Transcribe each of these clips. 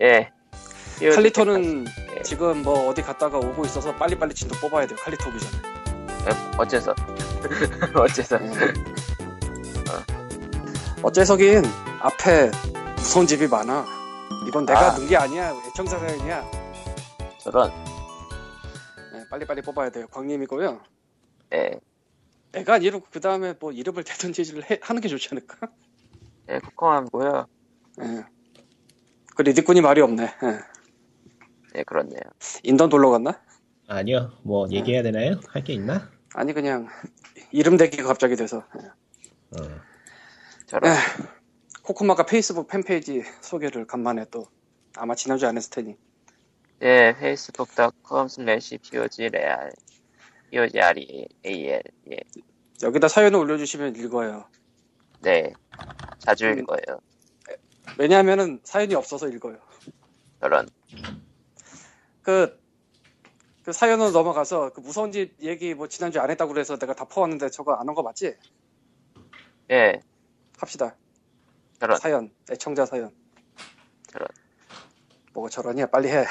예. 띄워줄 칼리토는 예. 그 지금 뭐 어디 갔다가 오고 있어서 빨리빨리 진도 뽑아야 돼요. 칼리토 오기 전에. 때까지. 예, 어째서? 어째서? 어째서긴 앞에 무서운 집이 많아. 이건 아. 내가 넣은 게 아니야. 애청자 사연이야. 저런. 네, 빨리빨리 뽑아야 돼요. 광님이고요. 예. 내가 이름 그 다음에 뭐 이름을 대든지 를 해- 하는 게 좋지 않을까? 예, 코코함고요. 예. 그 리디꾼이 말이 없네. 예. 예, 그렇네요. 인던 놀러 갔나? 아니요. 뭐 얘기해야 되나요? 할 게 있나? 아니 그냥 이름 대기가 갑자기 돼서 예. 어. 저런. 코코마가 페이스북 팬페이지 소개를 간만에 또 아마 지난주에 안 했을 테니 예, facebook.com slash pogreal. pogreal. 예. 여기다 사연을 올려주시면 읽어요. 네. 자주 음. 읽어요. 왜냐하면은 사연이 없어서 읽어요. 저런. 그, 그 사연으로 넘어가서 그 무서운 집 얘기 뭐 지난주에 안 했다고 그래서 내가 다 퍼왔는데 저거 안 한 거 맞지? 예, 합시다. 저런. 사연, 애청자 사연. 저런. 뭐가 저러냐, 빨리 해.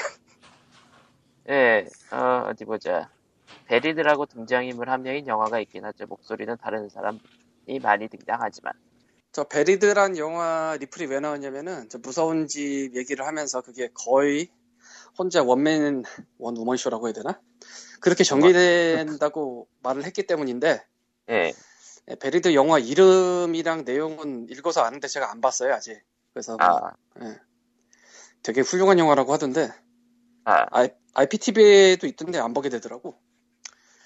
예, 어, 어디 보자. 베리드라고 등장인물 한 명인 영화가 있긴 하죠. 목소리는 다른 사람이 많이 등장하지만. 저 베리드란 영화 리플이 왜 나왔냐면은 저 무서운 집 얘기를 하면서 그게 거의 혼자 원맨 원우먼 쇼라고 해야 되나? 그렇게 전개된다고 말을 했기 때문인데 예, 예, 베리드 영화 이름이랑 내용은 읽어서 아는데 제가 안 봤어요 아직. 그래서 뭐 아, 되게 훌륭한 영화라고 하던데 아, I, IPTV에도 있던데 안 보게 되더라고.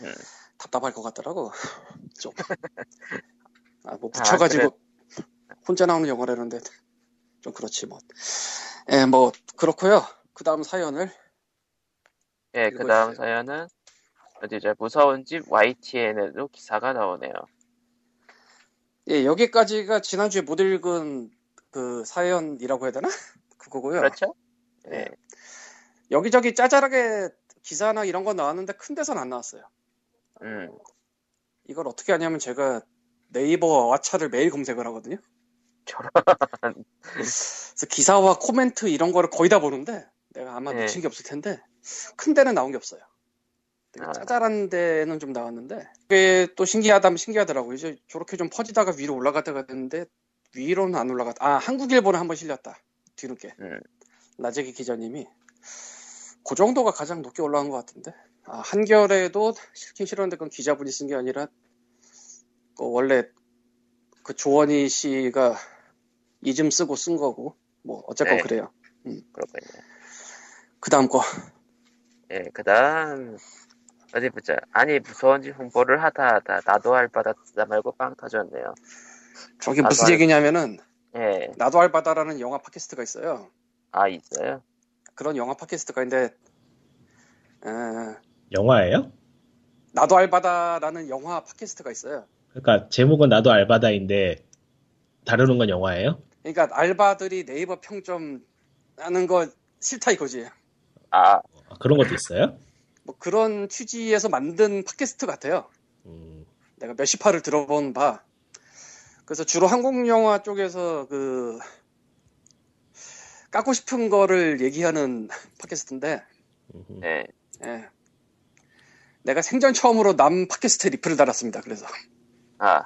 음. 답답할 것 같더라고. 좀. 아, 뭐 붙여가지고 아, 혼자 나오는 영화라는데 좀 그렇지 뭐. 예, 뭐 그렇고요. 그 다음 사연을 예, 그 다음 사연은, 어디죠? 무서운 집 YTN에도 기사가 나오네요. 예, 여기까지가 지난주에 못 읽은 그 사연이라고 해야 되나? 그거고요. 그렇죠? 예, 여기저기 짜잘하게 기사나 이런 건 나왔는데 큰 데선 안 나왔어요. 음, 이걸 어떻게 하냐면 제가 네이버와 왓챠를 매일 검색을 하거든요. 저런. 그래서 기사와 코멘트 이런 거를 거의 다 보는데 내가 아마 네. 놓친 게 없을 텐데 큰 데는 나온 게 없어요. 되게 아. 짜잘한 데는 좀 나왔는데 그게 또 신기하다면 신기하더라고요. 이제 저렇게 좀 퍼지다가 위로 올라갈 때가 됐는데 위로는 안 올라갔다. 아 한국일보는 한번 실렸다. 뒤늦게 음. 나재기 기자님이 그 정도가 가장 높게 올라간 것 같은데 아, 한겨레도 실긴 실었는데 그건 기자분이 쓴 게 아니라 그 원래 그 조원희 씨가 이즘 쓰고 쓴 거고 뭐 어쨌건 네. 그래요. 그렇군요. 그 다음 거 예, 그 다음, 어디 보자. 아니, 무서운 집 홍보를 하다 하다, 나도 알바다 쓰다 말고 빵 터졌네요. 저게 나도 무슨 알- 얘기냐면은 예, 나도 알바다라는 영화 팟캐스트가 있어요. 아, 있어요? 그런 영화 팟캐스트가 있는데 에, 영화예요? 나도 알바다라는 영화 팟캐스트가 있어요. 그러니까 제목은 나도 알바다인데 다루는 건 영화예요? 그러니까 알바들이 네이버 평점 하는 거 싫다 이거지. 아, 아, 그런 것도 있어요? 뭐 그런 취지에서 만든 팟캐스트 같아요. 음, 내가 몇십 화를 들어본 바. 그래서 주로 한국 영화 쪽에서 그 까고 싶은 거를 얘기하는 팟캐스트인데 음, 예, 예. 내가 생전 처음으로 남 팟캐스트 리플을 달았습니다. 그래서 아,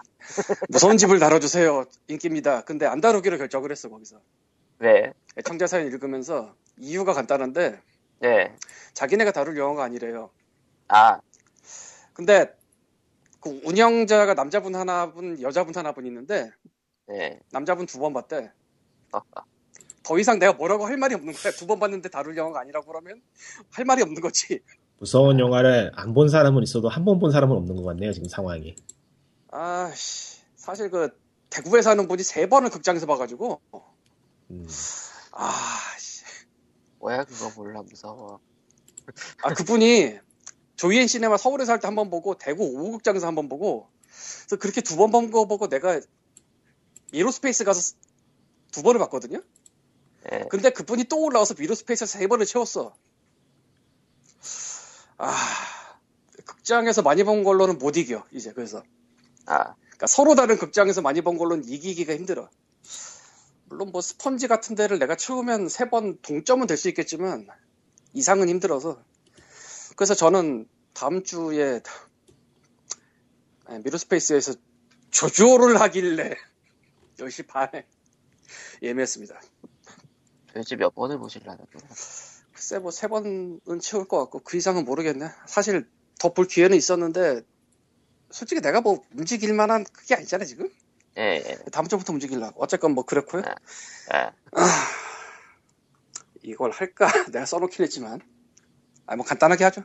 무서운 집을 다뤄주세요. 인기입니다. 근데 안 다루기로 결정을 했어 거기서. 예, 왜? 청자 사연 읽으면서 이유가 간단한데 예, 자기네가 다룰 영화가 아니래요. 아, 근데 그 운영자가 남자분 하나분, 여자분 하나분 있는데 예, 남자분 두 번 봤대. 더 이상 내가 뭐라고 할 말이 없는 거야. 두 번 봤는데 다룰 영화가 아니라고 그러면 할 말이 없는 거지. 무서운 영화를 안 본 사람은 있어도 한 번 본 사람은 없는 것 같네요 지금 상황이. 아씨, 사실 그 대구에 사는 분이 세 번을 극장에서 봐가지고 음, 아씨, 뭐야, 그거 몰라, 무서워. 아 그분이 조이엔 시네마 서울에서 할 때 한 번 보고 대구 5극장에서 한 번 보고 그래서 그렇게 두 번 본 거 보고 내가 미로스페이스 가서 두 번을 봤거든요. 예, 근데 그분이 또 올라와서 미로스페이스에서 세 번을 채웠어. 아 극장에서 많이 본 걸로는 못 이겨 이제 그래서 아, 그러니까 서로 다른 극장에서 많이 본 걸로는 이기기가 힘들어. 물론 뭐 스펀지 같은 데를 내가 채우면 세 번 동점은 될 수 있겠지만 이상은 힘들어서 그래서 저는 다음 주에 아, 미르스페이스에서 조조를 하길래 10시 반에 예매했습니다. 도대체 몇 번을 보실라는 거야? 글쎄 뭐 세 번은 채울 것 같고 그 이상은 모르겠네. 사실 덮을 기회는 있었는데 솔직히 내가 뭐 움직일 만한 그게 아니잖아 지금. 예, 예. 다음 주부터 움직일라고. 어쨌건 뭐 그렇고요. 아, 이걸 할까 내가 써놓긴 했지만 아 뭐 간단하게 하죠.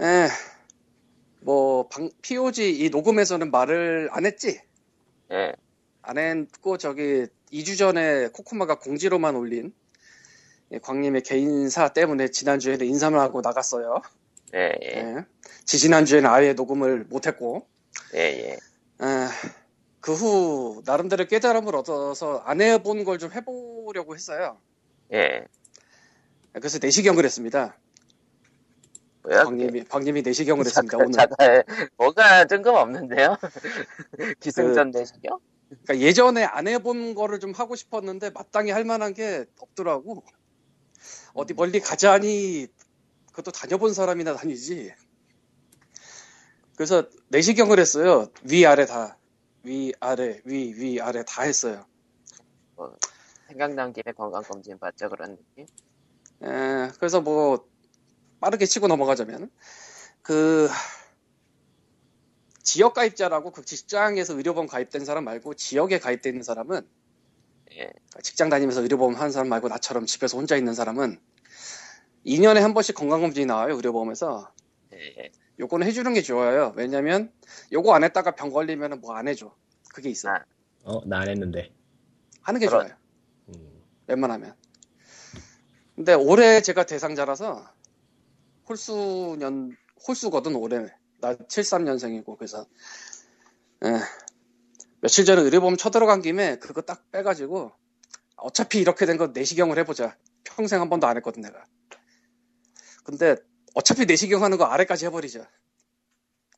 에. 뭐 방, POG 이 녹음에서는 말을 안 했지. 예. 안 했고 저기 2주 전에 코코마가 공지로만 올린 예, 광님의 개인사 때문에 지난주에는 인사만 하고 나갔어요. 예, 예, 예. 지지난주에는 아예 녹음을 못했고 예, 예. 그 후 나름대로 깨달음을 얻어서 안 해본 걸 좀 해보려고 했어요. 예. 그래서 내시경을 했습니다. 뭐야? 박님이 박님이 내시경을 했습니다. 오늘 잠깐, 잠깐. 뭐가 뜬금없는데요? 기승전 내시요 그러니까 예전에 안 해본 거를 좀 하고 싶었는데 마땅히 할 만한 게 없더라고. 어디 멀리 가자니 그것도 다녀본 사람이나 다니지. 그래서 내시경을 했어요. 위 아래 다. 위 아래 위 위 아래 다 했어요. 생각난 김에 건강검진 받자 그런 느낌? 에, 그래서 뭐 빠르게 치고 넘어가자면 그 지역 가입자라고 그 직장에서 의료보험 가입된 사람 말고 지역에 가입돼 있는 사람은 예. 직장 다니면서 의료보험 하는 사람 말고 나처럼 집에서 혼자 있는 사람은 2년에 한 번씩 건강검진이 나와요 의료보험에서 예, 예. 요거는 해주는 게 좋아요 왜냐면 요거 안 했다가 병 걸리면 뭐 안 해줘 그게 있어 아. 요 어, 나 안 했는데. 하는 게 그런- 좋아요 음, 웬만하면. 근데 올해 제가 대상자라서 홀수년 홀수거든 올해 나 73년생이고 그래서 예. 며칠 전에 의료보험 쳐들어간 김에 그거 딱 빼가지고 어차피 이렇게 된 거 내시경을 해보자 평생 한 번도 안 했거든 내가 근데 어차피 내시경 하는 거 아래까지 해버리자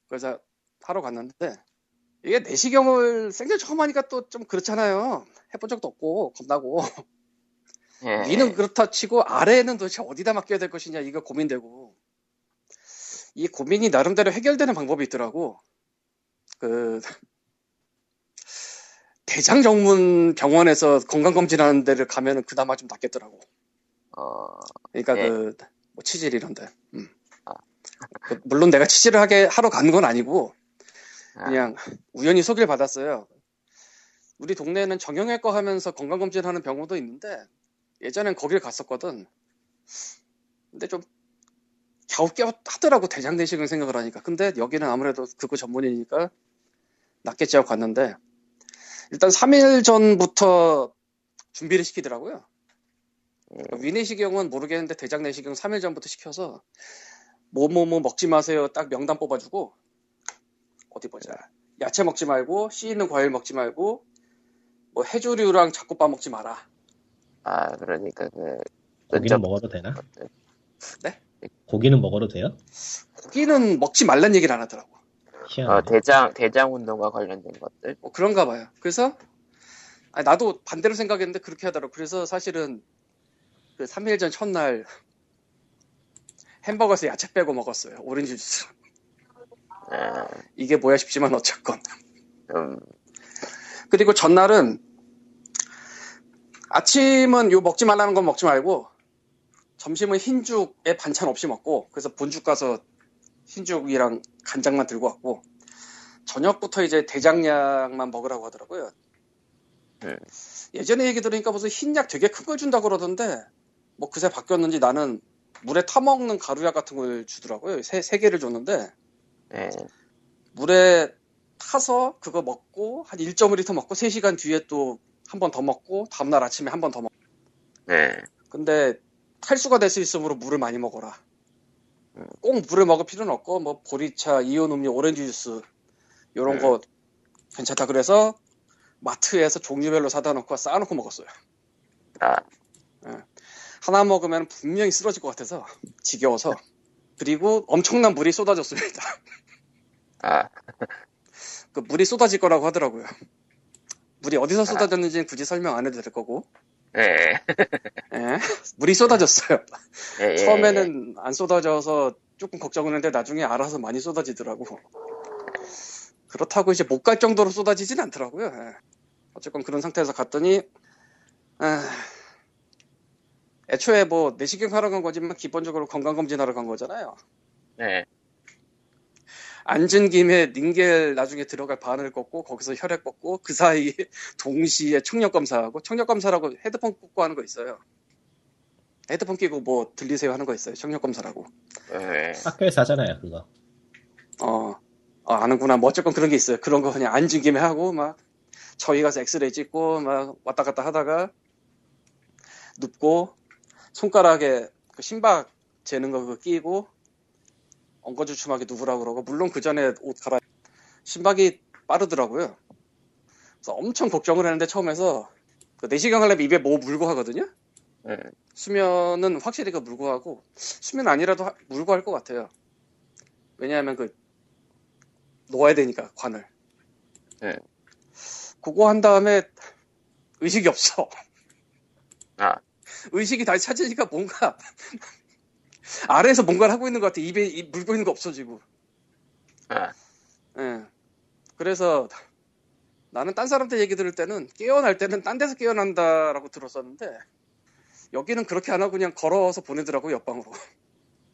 그래서 하러 갔는데 이게 내시경을 생전 처음 하니까 또 좀 그렇잖아요 해본 적도 없고 겁나고 예. 위는 그렇다 치고 아래에는 도대체 어디다 맡겨야 될 것이냐 이거 고민되고 이 고민이 나름대로 해결되는 방법이 있더라고 그 대장 전문 병원에서 건강검진하는 데를 가면은 그나마 좀 낫겠더라고 어, 그러니까 예. 그 뭐 치질 이런데 음. 아. 그 물론 내가 치질을 하게 하러 가는 건 아니고 아, 그냥 우연히 소개를 받았어요. 우리 동네에는 정형외과 하면서 건강검진 하는 병원도 있는데 예전엔 거길 갔었거든. 근데 좀 겨우겨우 하더라고 대장 내시경 생각을 하니까. 근데 여기는 아무래도 그거 전문이니까 낫겠지 하고 갔는데 일단 3일 전부터 준비를 시키더라고요. 음. 위내시경은 모르겠는데 대장 내시경 3일 전부터 시켜서 뭐뭐뭐 먹지 마세요 딱 명단 뽑아주고 어디 보자. 야채 먹지 말고 씨 있는 과일 먹지 말고 뭐 해조류랑 잡곡밥 먹지 마라. 아, 그러니까 그 고기는 먹어도 되나? 네? 고기는 먹어도 돼요? 고기는 먹지 말란 얘기를 안 하더라고. 아, 어, 희한하네. 대장 대장 운동과 관련된 것들. 뭐 그런가 봐요. 그래서 아니, 나도 반대로 생각했는데 그렇게 하더라고. 그래서 사실은 그 3일 전 첫날 햄버거에서 야채 빼고 먹었어요. 오렌지 주스. 아, 이게 뭐야 싶지만 어쨌건. 좀 그리고 전날은 아침은 요 먹지 말라는 건 먹지 말고 점심은 흰죽에 반찬 없이 먹고 그래서 본죽 가서 흰죽이랑 간장만 들고 왔고 저녁부터 이제 대장약만 먹으라고 하더라고요. 네. 예전에 얘기 들으니까 무슨 흰약 되게 큰 걸 준다 고 그러던데 뭐 그새 바뀌었는지 나는 물에 타먹는 가루약 같은 걸 주더라고요. 세, 세 개를 줬는데 예. 물에 타서 그거 먹고 한 1.5리터 먹고 3시간 뒤에 또 한 번 더 먹고 다음날 아침에 한 번 더 먹고 네. 근데 탈수가 될 수 있으므로 물을 많이 먹어라 꼭 물을 먹을 필요는 없고 뭐 보리차, 이온 음료, 오렌지 주스 이런 네. 거 괜찮다 그래서 마트에서 종류별로 사다 놓고 쌓아놓고 먹었어요 아, 하나 먹으면 분명히 쓰러질 것 같아서 지겨워서 그리고 엄청난 물이 쏟아졌습니다 아, 그 물이 쏟아질 거라고 하더라고요. 물이 어디서 쏟아졌는지는 굳이 설명 안 해도 될 거고. 예, 예. 물이 쏟아졌어요. 예, 예, 처음에는 안 쏟아져서 조금 걱정했는데 나중에 알아서 많이 쏟아지더라고. 그렇다고 이제 못 갈 정도로 쏟아지진 않더라고요. 예. 어쨌건 그런 상태에서 갔더니 아, 애초에 뭐 내시경 하러 간 거지만 기본적으로 건강검진하러 간 거잖아요. 예. 앉은 김에 링겔 나중에 들어갈 바늘 꽂고 거기서 혈액 꽂고 그 사이에 동시에 청력 검사하고 청력 검사라고 헤드폰 꽂고 하는 거 있어요. 헤드폰 끼고 뭐 들리세요 하는 거 있어요. 청력 검사라고. 예. 학교에서 하잖아요, 그거. 어, 어, 아는구나. 뭐 어쨌건 그런 게 있어요. 그런 거 그냥 앉은 김에 하고 막 저희 가서 엑스레이 찍고 막 왔다 갔다 하다가 눕고 손가락에 그 심박 재는 거 그거 끼고 엉거주춤하게 누구라 그러고 물론 그 전에 옷 갈아 심박이 빠르더라고요. 그래서 엄청 걱정을 했는데 처음에서 그 내시경 하려면 입에 뭐 물고 하거든요. 예. 수면은 확실히 그 물고 하고 수면 아니라도 하- 물고 할 것 같아요. 왜냐하면 그 놓아야 되니까 관을. 네. 그거 한 다음에 의식이 없어. 아. 의식이 다시 찾으니까 뭔가 아래에서 뭔가를 하고 있는 것 같아. 입에 입 물고 있는 거 없어지고. 아. 예. 그래서 나는 딴 사람들 얘기 들을 때는 깨어날 때는 딴 데서 깨어난다라고 들었었는데 여기는 그렇게 안 하고 그냥 걸어서 보내더라고 옆방으로.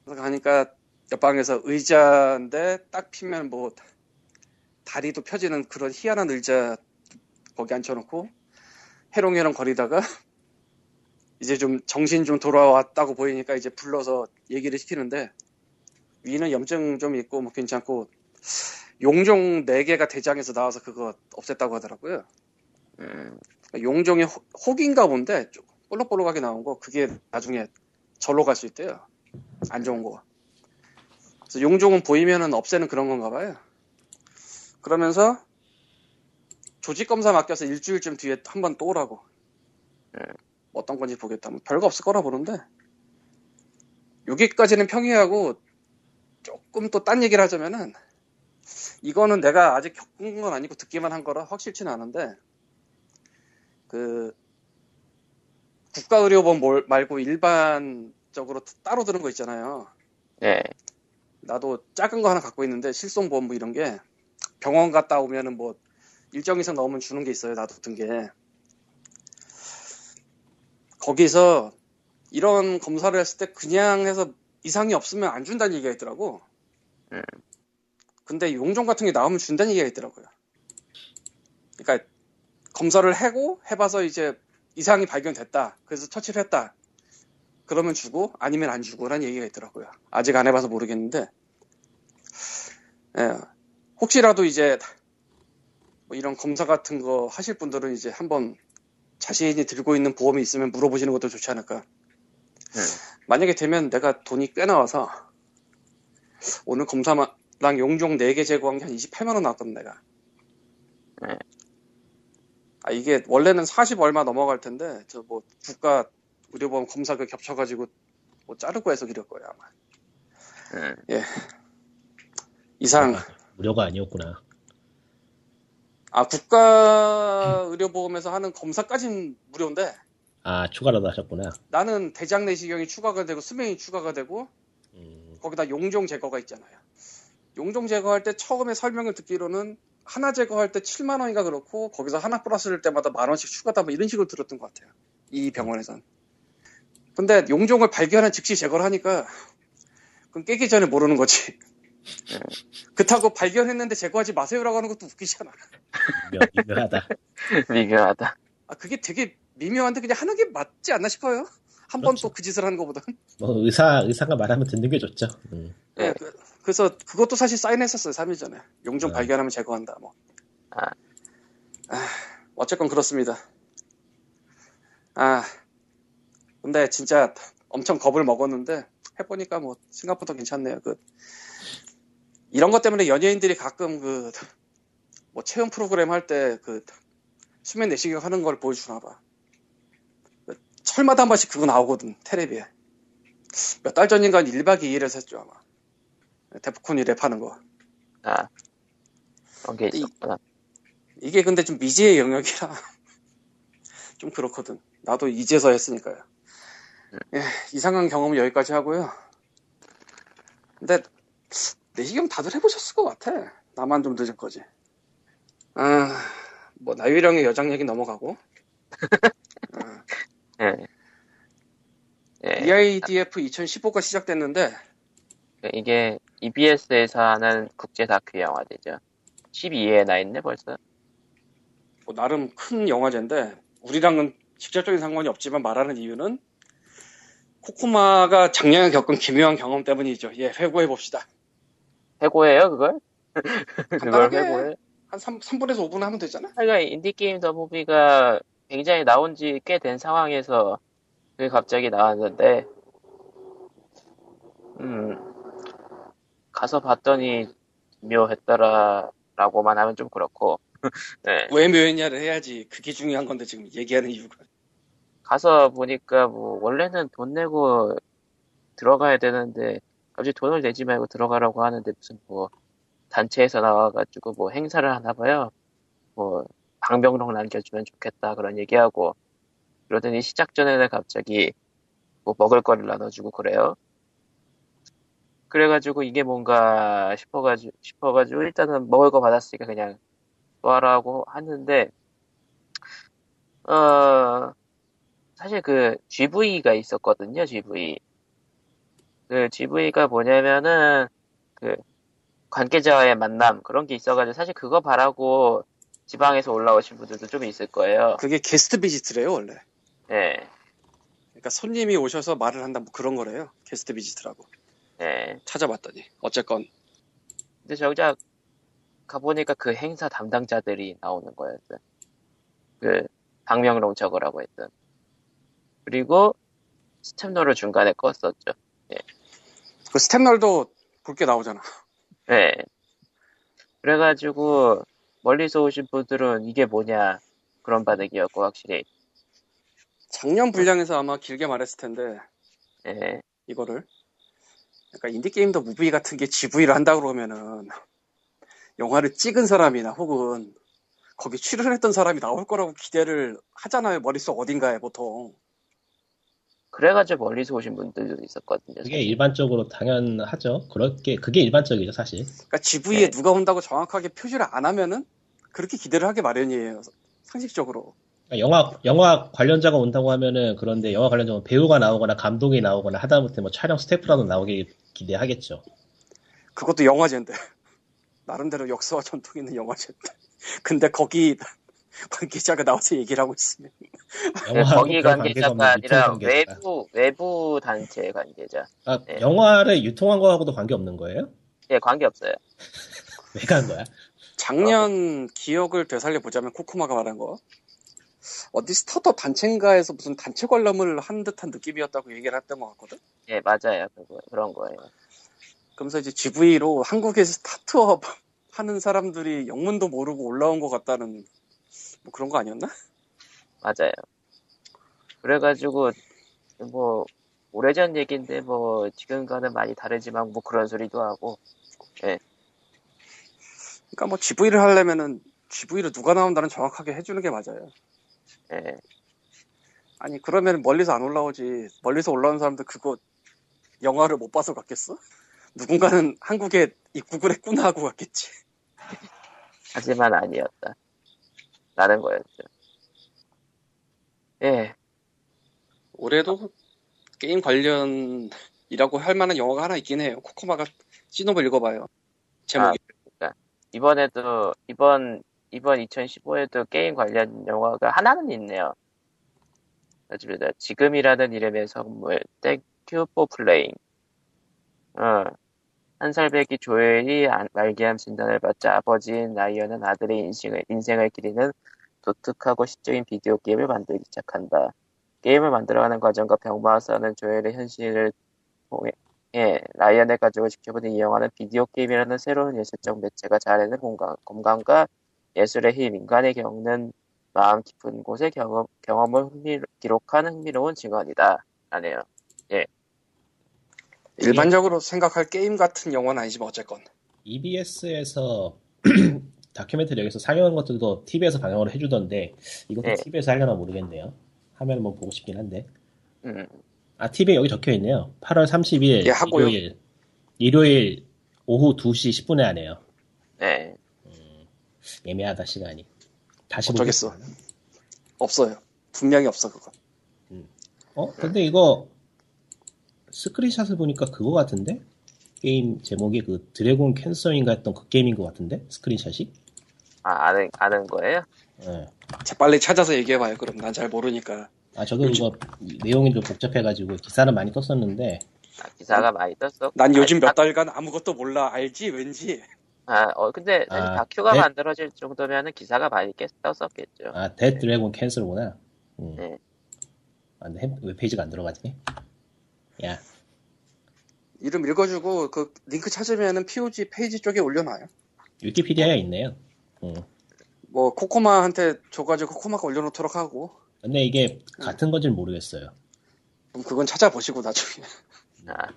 그래서 가니까 옆방에서 의자인데 딱 피면 뭐 다리도 펴지는 그런 희한한 의자 거기 앉혀놓고 해롱해롱 거리다가 이제 좀 정신 좀 돌아왔다고 보이니까 이제 불러서 얘기를 시키는데 위는 염증 좀 있고 뭐 괜찮고 용종 4개가 대장에서 나와서 그거 없앴다고 하더라고요. 음, 용종이 혹- 혹인가 본데 좀 볼록볼록하게 나온 거 그게 나중에 절로 갈 수 있대요. 안 좋은 거. 그래서 용종은 보이면은 없애는 그런 건가 봐요. 그러면서 조직 검사 맡겨서 일주일쯤 뒤에 한 번 또 오라고. 네. 어떤 건지 보겠다. 뭐 별거 없을 거라 보는데 여기까지는 평이하고 조금 또 딴 얘기를 하자면은 이거는 내가 아직 겪은 건 아니고 듣기만 한 거라 확실치는 않은데 그 국가의료본 몰- 말고 일반적으로 따로 드는 거 있잖아요. 예. 나도 작은 거 하나 갖고 있는데 실손보험 뭐 이런 게 병원 갔다 오면은 뭐 일정 이상 넘으면 주는 게 있어요. 나도 든 게. 거기서 이런 검사를 했을 때 그냥 해서 이상이 없으면 안 준다는 얘기가 있더라고. 음. 근데 용종 같은 게 나오면 준다는 얘기가 있더라고요. 그러니까 검사를 해고 해봐서 이제 이상이 발견됐다. 그래서 처치를 했다. 그러면 주고 아니면 안 주고라는 얘기가 있더라고요. 아직 안 해봐서 모르겠는데 예, 혹시라도 이제 뭐 이런 검사 같은 거 하실 분들은 이제 한번 자신이 들고 있는 보험이 있으면 물어보시는 것도 좋지 않을까. 네. 만약에 되면 내가 돈이 꽤 나와서 오늘 검사랑 용종 4개 제거한 게 한 28만원 나왔거든, 내가. 네. 아, 이게 원래는 40 얼마 넘어갈 텐데, 저 뭐 국가 의료보험 검사 그 겹쳐가지고 뭐 자르고 해서 이럴 거예요, 아마. 음. 이상. 아, 무료가 아니었구나. 아 국가 의료보험에서 하는 검사까진 무료인데 아, 추가라도 하셨구나. 나는 대장 내시경이 추가가 되고 수명이 추가가 되고 음, 거기다 용종 제거가 있잖아요. 용종 제거할 때 처음에 설명을 듣기로는 하나 제거할 때 7만 원인가 그렇고 거기서 하나 플러스일 때마다 만 원씩 추가다 뭐 이런 식으로 들었던 것 같아요. 이 병원에선. 근데 용종을 발견한 즉시 제거를 하니까 그건 깨기 전에 모르는 거지. 예. 그렇다고 발견했는데 제거하지 마세요라고 하는 것도 웃기잖아. 묘, 묘하다. 미묘하다. 아, 그게 되게 미묘한데 그냥 하는 게 맞지 않나 싶어요. 한 번 또 그 짓을 하는 것보다. 뭐, 의사, 의사가 말하면 듣는 게 좋죠. 음. 네. 예, 그, 래서 그것도 사실 사인했었어요. 3일 전에. 용종 네. 발견하면 제거한다. 뭐. 아. 아, 어쨌건 그렇습니다. 아, 근데 진짜 엄청 겁을 먹었는데 해보니까 뭐 생각보다 괜찮네요. 그 이런 것 때문에 연예인들이 가끔 그 뭐 체험 프로그램 할 때 그 수면 내시경 하는 걸 보여주나 봐. 그 철마다 한 번씩 그거 나오거든 텔레비에. 몇 달 전인가 1박 2일에서 했죠 아마. 데프콘이 랩하는 거. 아, 그런 게 있었구나. 이게 근데 좀 미지의 영역이라 좀 그렇거든. 나도 이제서 했으니까요. 예, 이상한 경험은 여기까지 하고요. 근데 내시경 다들 해보셨을 것 같아. 나만 좀 늦은 거지. 아, 뭐 나유령의 여장 얘기 넘어가고 예. E 예. EIDF 2015가 시작됐는데 그러니까 이게 EBS에서 하는 국제 다큐 영화제죠. 12회에 나 있네 벌써. 뭐 나름 큰 영화제인데 우리랑은 직접적인 상관이 없지만 말하는 이유는 코코마가 작년에 겪은 기묘한 경험 때문이죠. 예, 회고해 봅시다. 회고예요 그걸? 그걸 간단하게. 회고해? 한 3, 3분에서 5분 하면 되잖아. 하여간 인디게임 더 무비가 굉장히 나온 지 꽤 된 상황에서 그게 갑자기 나왔는데, 음, 가서 봤더니 묘했더라, 라고만 하면 좀 그렇고, 네. 왜 묘했냐를 해야지. 그게 중요한 건데 지금 얘기하는 이유가. 가서 보니까 뭐, 원래는 돈 내고 들어가야 되는데, 갑자기 돈을 내지 말고 들어가라고 하는데, 무슨 뭐, 단체에서 나와가지고 뭐 행사를 하나 봐요. 뭐, 방명록 남겨주면 좋겠다, 그런 얘기하고, 그러더니 시작 전에는 갑자기 뭐 먹을 거를 나눠주고 그래요. 그래가지고 이게 뭔가 싶어가지고, 싶어가지고 일단은 먹을 거 받았으니까 그냥 또 하라고 하는데, 어, 사실 그 GV가 있었거든요, GV. 그 GV가 뭐냐면은 그 관계자와의 만남 그런 게 있어가지고 사실 그거 바라고 지방에서 올라오신 분들도 좀 있을 거예요. 그게 게스트 비지트래요 원래. 예, 그러니까 손님이 오셔서 말을 한다 뭐 그런 거래요. 게스트 비지트라고. 예. 찾아봤더니 어쨌건 근데 정작 가보니까 그 행사 담당자들이 나오는 거였어요. 그 방명록 저거라고 했던. 그리고 스텝노를 중간에 껐었죠. 그 스탭널도 볼 게 나오잖아. 네. 그래가지고 멀리서 오신 분들은 이게 뭐냐 그런 반응이었고 확실히 작년 분량에서 아마 길게 말했을 텐데 예. 이거를 약간 인디 게임 더 무비 같은 게 GV를 한다 그러면은 영화를 찍은 사람이나 혹은 거기 출연했던 사람이 나올 거라고 기대를 하잖아요 머릿속 어딘가에 보통 그래가지고 멀리서 오신 분들도 있었거든요. 그게 일반적으로 당연하죠. 그렇게 그게 일반적이죠, 사실. 그러니까 GV에 네. 누가 온다고 정확하게 표시를 안 하면은 그렇게 기대를 하게 마련이에요 상식적으로 그러니까 영화 영화 관련자가 온다고 하면은 그런데 영화 관련자는 배우가 나오거나 감독이 나오거나 하다못해 뭐 촬영 스태프라도 나오길 기대하겠죠. 그것도 영화제인데 나름대로 역사와 전통 있는 영화제인데 근데 거기 관계자가 나와서 얘기를 하고 있으면 영화하고 네, 거기 그런 관계자가 관계가 없는 유통 아니라 관계자다. 외부 외부 단체 관계자. 아, 네. 영화를 유통한 거하고도 관계 없는 거예요? 예, 관계 없어요. 왜 간 거야? 작년 기억을 되살려 보자면 코코마가 말한 거 어디 스타트업 단체인가에서 무슨 단체 관람을 한 듯한 느낌이었다고 얘기를 했던 것 같거든. 예, 맞아요. 그거 그런 거예요. 그러면서 이제 GV로 한국에서 스타트업 하는 사람들이 영문도 모르고 올라온 것 같다는 뭐 그런 거 아니었나? 맞아요. 그래가지고 뭐 오래전 얘기인데 뭐 지금과는 많이 다르지만 뭐 그런 소리도 하고 예, 그러니까 뭐 GV를 하려면은 GV로 누가 나온다는 정확하게 해주는 게 맞아요. 예. 아니 그러면 멀리서 안 올라오지 멀리서 올라온 사람들 그거 영화를 못 봐서 갔겠어? 누군가는 한국에 입국을 했구나 하고 갔겠지. 하지만 아니었다. 라는 거였죠. 예, 올해도 게임 관련이라고 할 만한 영화가 하나 있긴 해요. 코코마가 씨노브 읽어봐요. 제목이. 이번에도, 이번, 이번 2015에도 게임 관련 영화가 하나는 있네요. 맞습니다. 지금이라는 이름의 선물, 땡큐 포 플레잉. 어, 한살배기 조엘이 안- 말기암 진단을 받자 아버지인 라이언은 아들의 인생을, 인생을 기리는 독특하고 시적인 비디오 게임을 만들기 시작한다. 게임을 만들어가는 과정과 병마와 싸우는 조엘의 현실을 통해 예, 라이언의 가족을 지켜보는 이 영화는 비디오 게임이라는 새로운 예술적 매체가 자아내는 공감, 공감과 예술의 힘, 인간이 겪는 마음 깊은 곳의 경험, 경험을 흥미, 기록한 흥미로운 증언이다. 라네요. 일반적으로 생각할 게임 같은 영화는 아니지만 어쨌건. EBS에서 E 다큐멘터리 여기서 상영한 것들도 TV에서 방영을 해주던데 이것도 네. TV에서 하려나 모르겠네요. 화면을 뭐 보고 싶긴 한데. 음, 아 TV에 여기 적혀 있네요. 8월 30일 예, 하고요. 일요일 일요일 오후 2시 10분에 하네요. 음, 네. 애매하다 시간이. 다시 어쩌겠어. 보겠습니다. 없어요. 분명히 없어 그거. 어? 근데 이거 스크린샷을 보니까 그거 같은데? 게임 제목이 그 드래곤 캔서인가 했던 그 게임인 것 같은데? 스크린샷이? 아, 아는, 아는 거예요? 예. 재빨리 찾아서 얘기해봐요. 그럼 난 잘 모르니까. 아 저도 이거 내용이 좀 복잡해가지고 기사는 많이 떴었는데 아, 기사가 많이 떴어. 난 요즘 아니, 몇 달간 아무것도 몰라. 알지 왠지. 아, 어, 근데 사실 아, 다큐가 네. 만들어질 정도면은 기사가 많이 깼- 떴었겠죠. 아 데드 드래곤 캔슬구나. 음. 네. 아, 근데 햄- 왜 페이지가 안 들어가지? 야, 이름 읽어주고 그 링크 찾으면은 POG 페이지 쪽에 올려놔요. 위키피디아에 있네요. 음. 뭐 코코마한테 줘가지고 코코마가 올려놓도록 하고. 근데 이게 음. 같은 건지는 모르겠어요. 그럼 그건 찾아보시고 나중에. 아,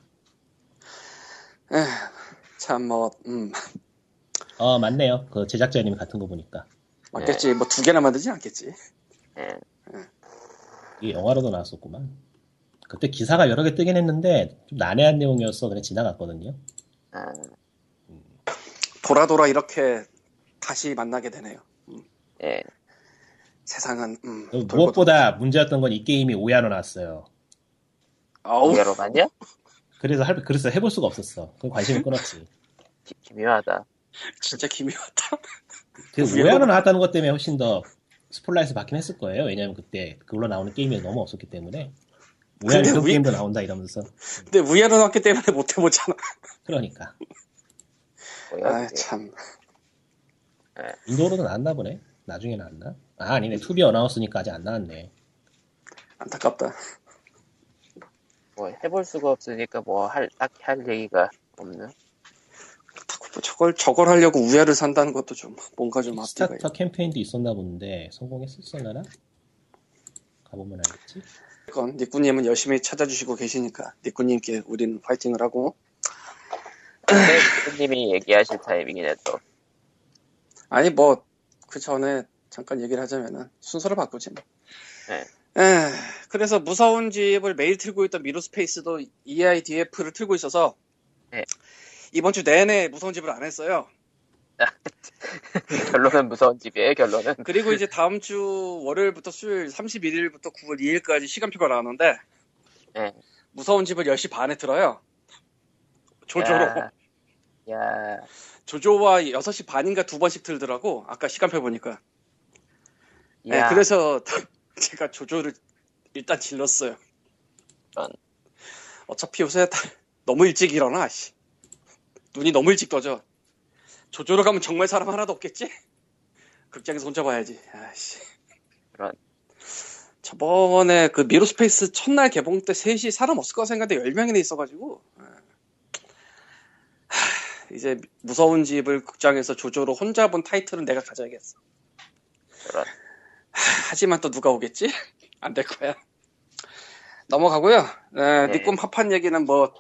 참 뭐 음. 어 맞네요. 그 제작자님이 같은 거 보니까 맞겠지. 뭐 두 개나 만들진 않겠지. 예. 이게 영화로도 나왔었구만. 그때 기사가 여러 개 뜨긴 했는데 좀 난해한 내용이어서 그냥 지나갔거든요. 아, 돌아 돌아 이렇게 다시 만나게 되네요. 예. 세상은 음, 그 돌고 무엇보다 문제였던 건 이 게임이 오야로 나왔어요. 돌- 아우 이해로 갔냐? 그래서 할 그래서 해볼 수가 없었어. 그 관심을 끊었지. 기- 기묘하다. 진짜 기묘하다. 그 그게 오야로 뭐- 나왔다는 것 때문에 훨씬 더 스포트라이트 받긴 했을 거예요. 왜냐면 그때 그걸로 나오는 게임이 너무 없었기 때문에 오야로 근데 이런 위- 게임도 나온다 이러면서 근데 위아로 나왔기 때문에 못 해보잖아. 그러니까 뭐야, 아 그게. 참. 인도로도 나왔나 보네. 나중에 나왔나? 아 아니네 투비 어나운스니까 아직 안 나왔네. 안타깝다. 뭐 해볼 수가 없으니까 뭐 할 딱히 할 얘기가 없는. 그렇다고 뭐 저걸 저걸 하려고 우야를 산다는 것도 좀 뭔가 좀 앞뒤가 스타터 캠페인도 있었나 본데 성공했었나? 가보면 알겠지. 있건 니꾸님은 열심히 찾아주시고 계시니까 니꾸님께 우린 파이팅을 하고 근데 교수님이 얘기하실 타이밍이네 또. 아니 뭐 그 전에 잠깐 얘기를 하자면은 순서를 바꾸지 뭐. 네. 에, 그래서 무서운 집을 매일 틀고 있던 미로스페이스도 E EIDF를 틀고 있어서 네. 이번 주 내내 무서운 집을 안 했어요. 결론은 무서운 집이에요. 결론은. 그리고 이제 다음 주 월요일부터 수요일 31일부터 9월 2일까지 시간표가 나오는데 네. 무서운 집을 10시 반에 들어요. 조조로 야, 야, 조조와 6시 반인가 두 번씩 들더라고 아까 시간표 보니까 네, 야. 그래서 제가 조조를 일단 질렀어요 안. 어차피 요새 다 너무 일찍 일어나 씨. 눈이 너무 일찍 떠져 조조로 가면 정말 사람 하나도 없겠지? 극장에서 혼자 봐야지 아씨 그런. 저번에 그 미로스페이스 첫날 개봉 때 3시 사람 없을 거라 생각했는데 10명이나 있어가지고 예. 하, 이제 무서운 집을 극장에서 조조로 혼자 본 타이틀은 내가 가져야겠어 그런. 하지만 또 누가 오겠지? 안 될 거야. 넘어가고요. 네, 네. 니꿈 팝판 얘기는 뭐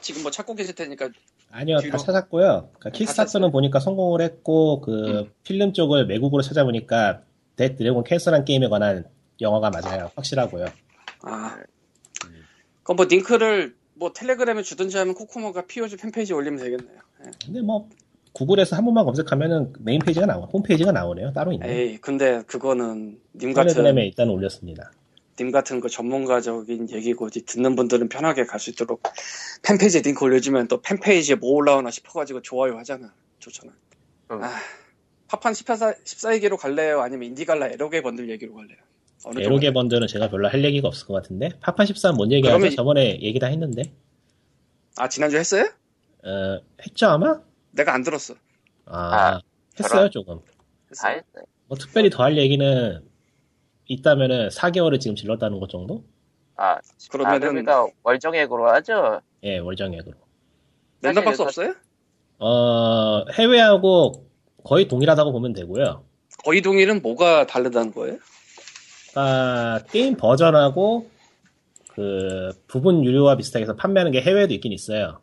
지금 뭐 찾고 계실 테니까 아니요 다 뒤로. 네, 찾았고요. 그러니까 찾았어요? 음. 키스타트는 보니까 성공을 했고 그 필름 쪽을 외국으로 찾아보니까 데드 드래곤 캔슬한 게임에 관한 영화가 맞아요. 확실하고요. 네. 아 그럼 뭐 링크를 뭐 텔레그램에 주든지 하면 코코모가 POG 팬페이지에 올리면 되겠네요. 근데 뭐 구글에서 한 번만 검색하면은 메인 페이지가 나와 홈페이지가 나오네요. 따로 있네. 에이 근데 그거는 님 같은 텔레그램에 일단 올렸습니다. 님 같은 그 전문가적인 얘기고 이제 듣는 분들은 편하게 갈 수 있도록 팬페이지에 링크 올려주면 또 팬페이지에 뭐 올라오나 싶어가지고 좋아요 하잖아. 좋잖아. 어. 응. 아, 팝판 14, 14기로 갈래요? 아니면 인디갈라 에로게 번들 얘기로 갈래요? 어느 쪽으로 에로게 번들은 제가 별로 할 얘기가 없을 것 같은데 파파 13뭔 얘기하죠? 그러면 이- 저번에 얘기 다 했는데 아 지난주 했어요? 어, 했죠 아마? 내가 안 들었어. 아, 아, 했어요 조금. 다 했어요? 했어요. 뭐 특별히 더 할 얘기는 있다면은 4개월을 지금 질렀다는 것 정도? 아, 그러면은 아, 그러면은- 그러니까 월정액으로 하죠. 예, 월정액으로. 랜덤 박스 사실은 없어요? 어, 해외하고 거의 동일하다고 보면 되고요. 거의 동일은 뭐가 다르다는 거예요? 아, 게임 버전하고 그 부분 유료화 비슷하게 해서 판매하는 게 해외에도 있긴 있어요.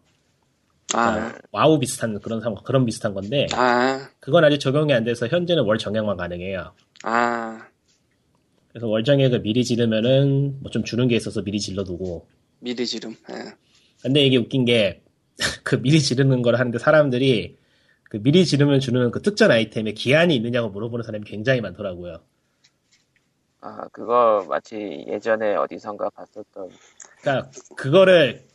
아, 와우 비슷한 그런 상 그런 비슷한 건데 아, 그건 아직 적용이 안 돼서 현재는 월 정액만 가능해요. 아, 그래서 월 정액을 미리 지르면은 뭐 좀 주는 게 있어서 미리 질러두고. 미리 지름. 예. 근데 이게 웃긴 게 그 미리 지르는 걸 하는데 사람들이 그 미리 지르면 주는 그 특전 아이템에 기한이 있느냐고 물어보는 사람이 굉장히 많더라고요. 아, 그거 마치 예전에 어디선가 봤었던 그러니까 그거를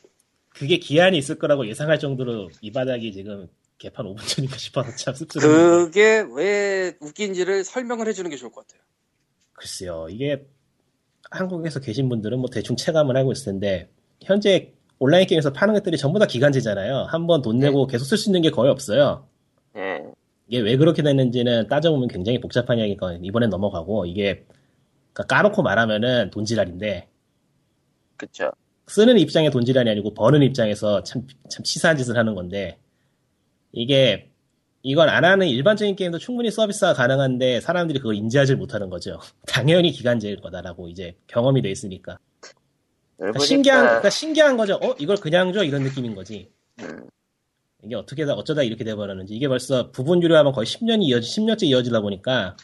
그게 기한이 있을 거라고 예상할 정도로 이 바닥이 지금 개판 5분 전인가 싶어서 참 씁쓸해요. 그게 왜 웃긴지를 설명을 해주는 게 좋을 것 같아요. 글쎄요, 이게 한국에서 계신 분들은 뭐 대충 체감을 하고 있을 텐데 현재 온라인 게임에서 파는 것들이 전부 다 기간제잖아요. 한 번 돈 내고 계속 쓸 수 있는 게 거의 없어요. 예. 이게 왜 그렇게 됐는지는 따져보면 굉장히 복잡한 이야기니까 이번엔 넘어가고 이게 그러니까 까놓고 말하면은 돈지랄인데 그쵸. 쓰는 입장의 돈지랄이 아니고 버는 입장에서 참, 참 치사한 짓을 하는 건데, 이게, 이건 안 하는 일반적인 게임도 충분히 서비스가 가능한데, 사람들이 그걸 인지하지 못하는 거죠. 당연히 기간제일 거다라고 이제 경험이 돼 있으니까. 넓으니까, 그러니까 신기한, 그러니까 신기한 거죠. 어? 이걸 그냥 줘? 이런 느낌인 거지. 음, 이게 어떻게, 다 어쩌다 이렇게 돼버렸는지. 이게 벌써 부분 유료하면 거의 10년이 이어지, 10년째 이어지다 보니까,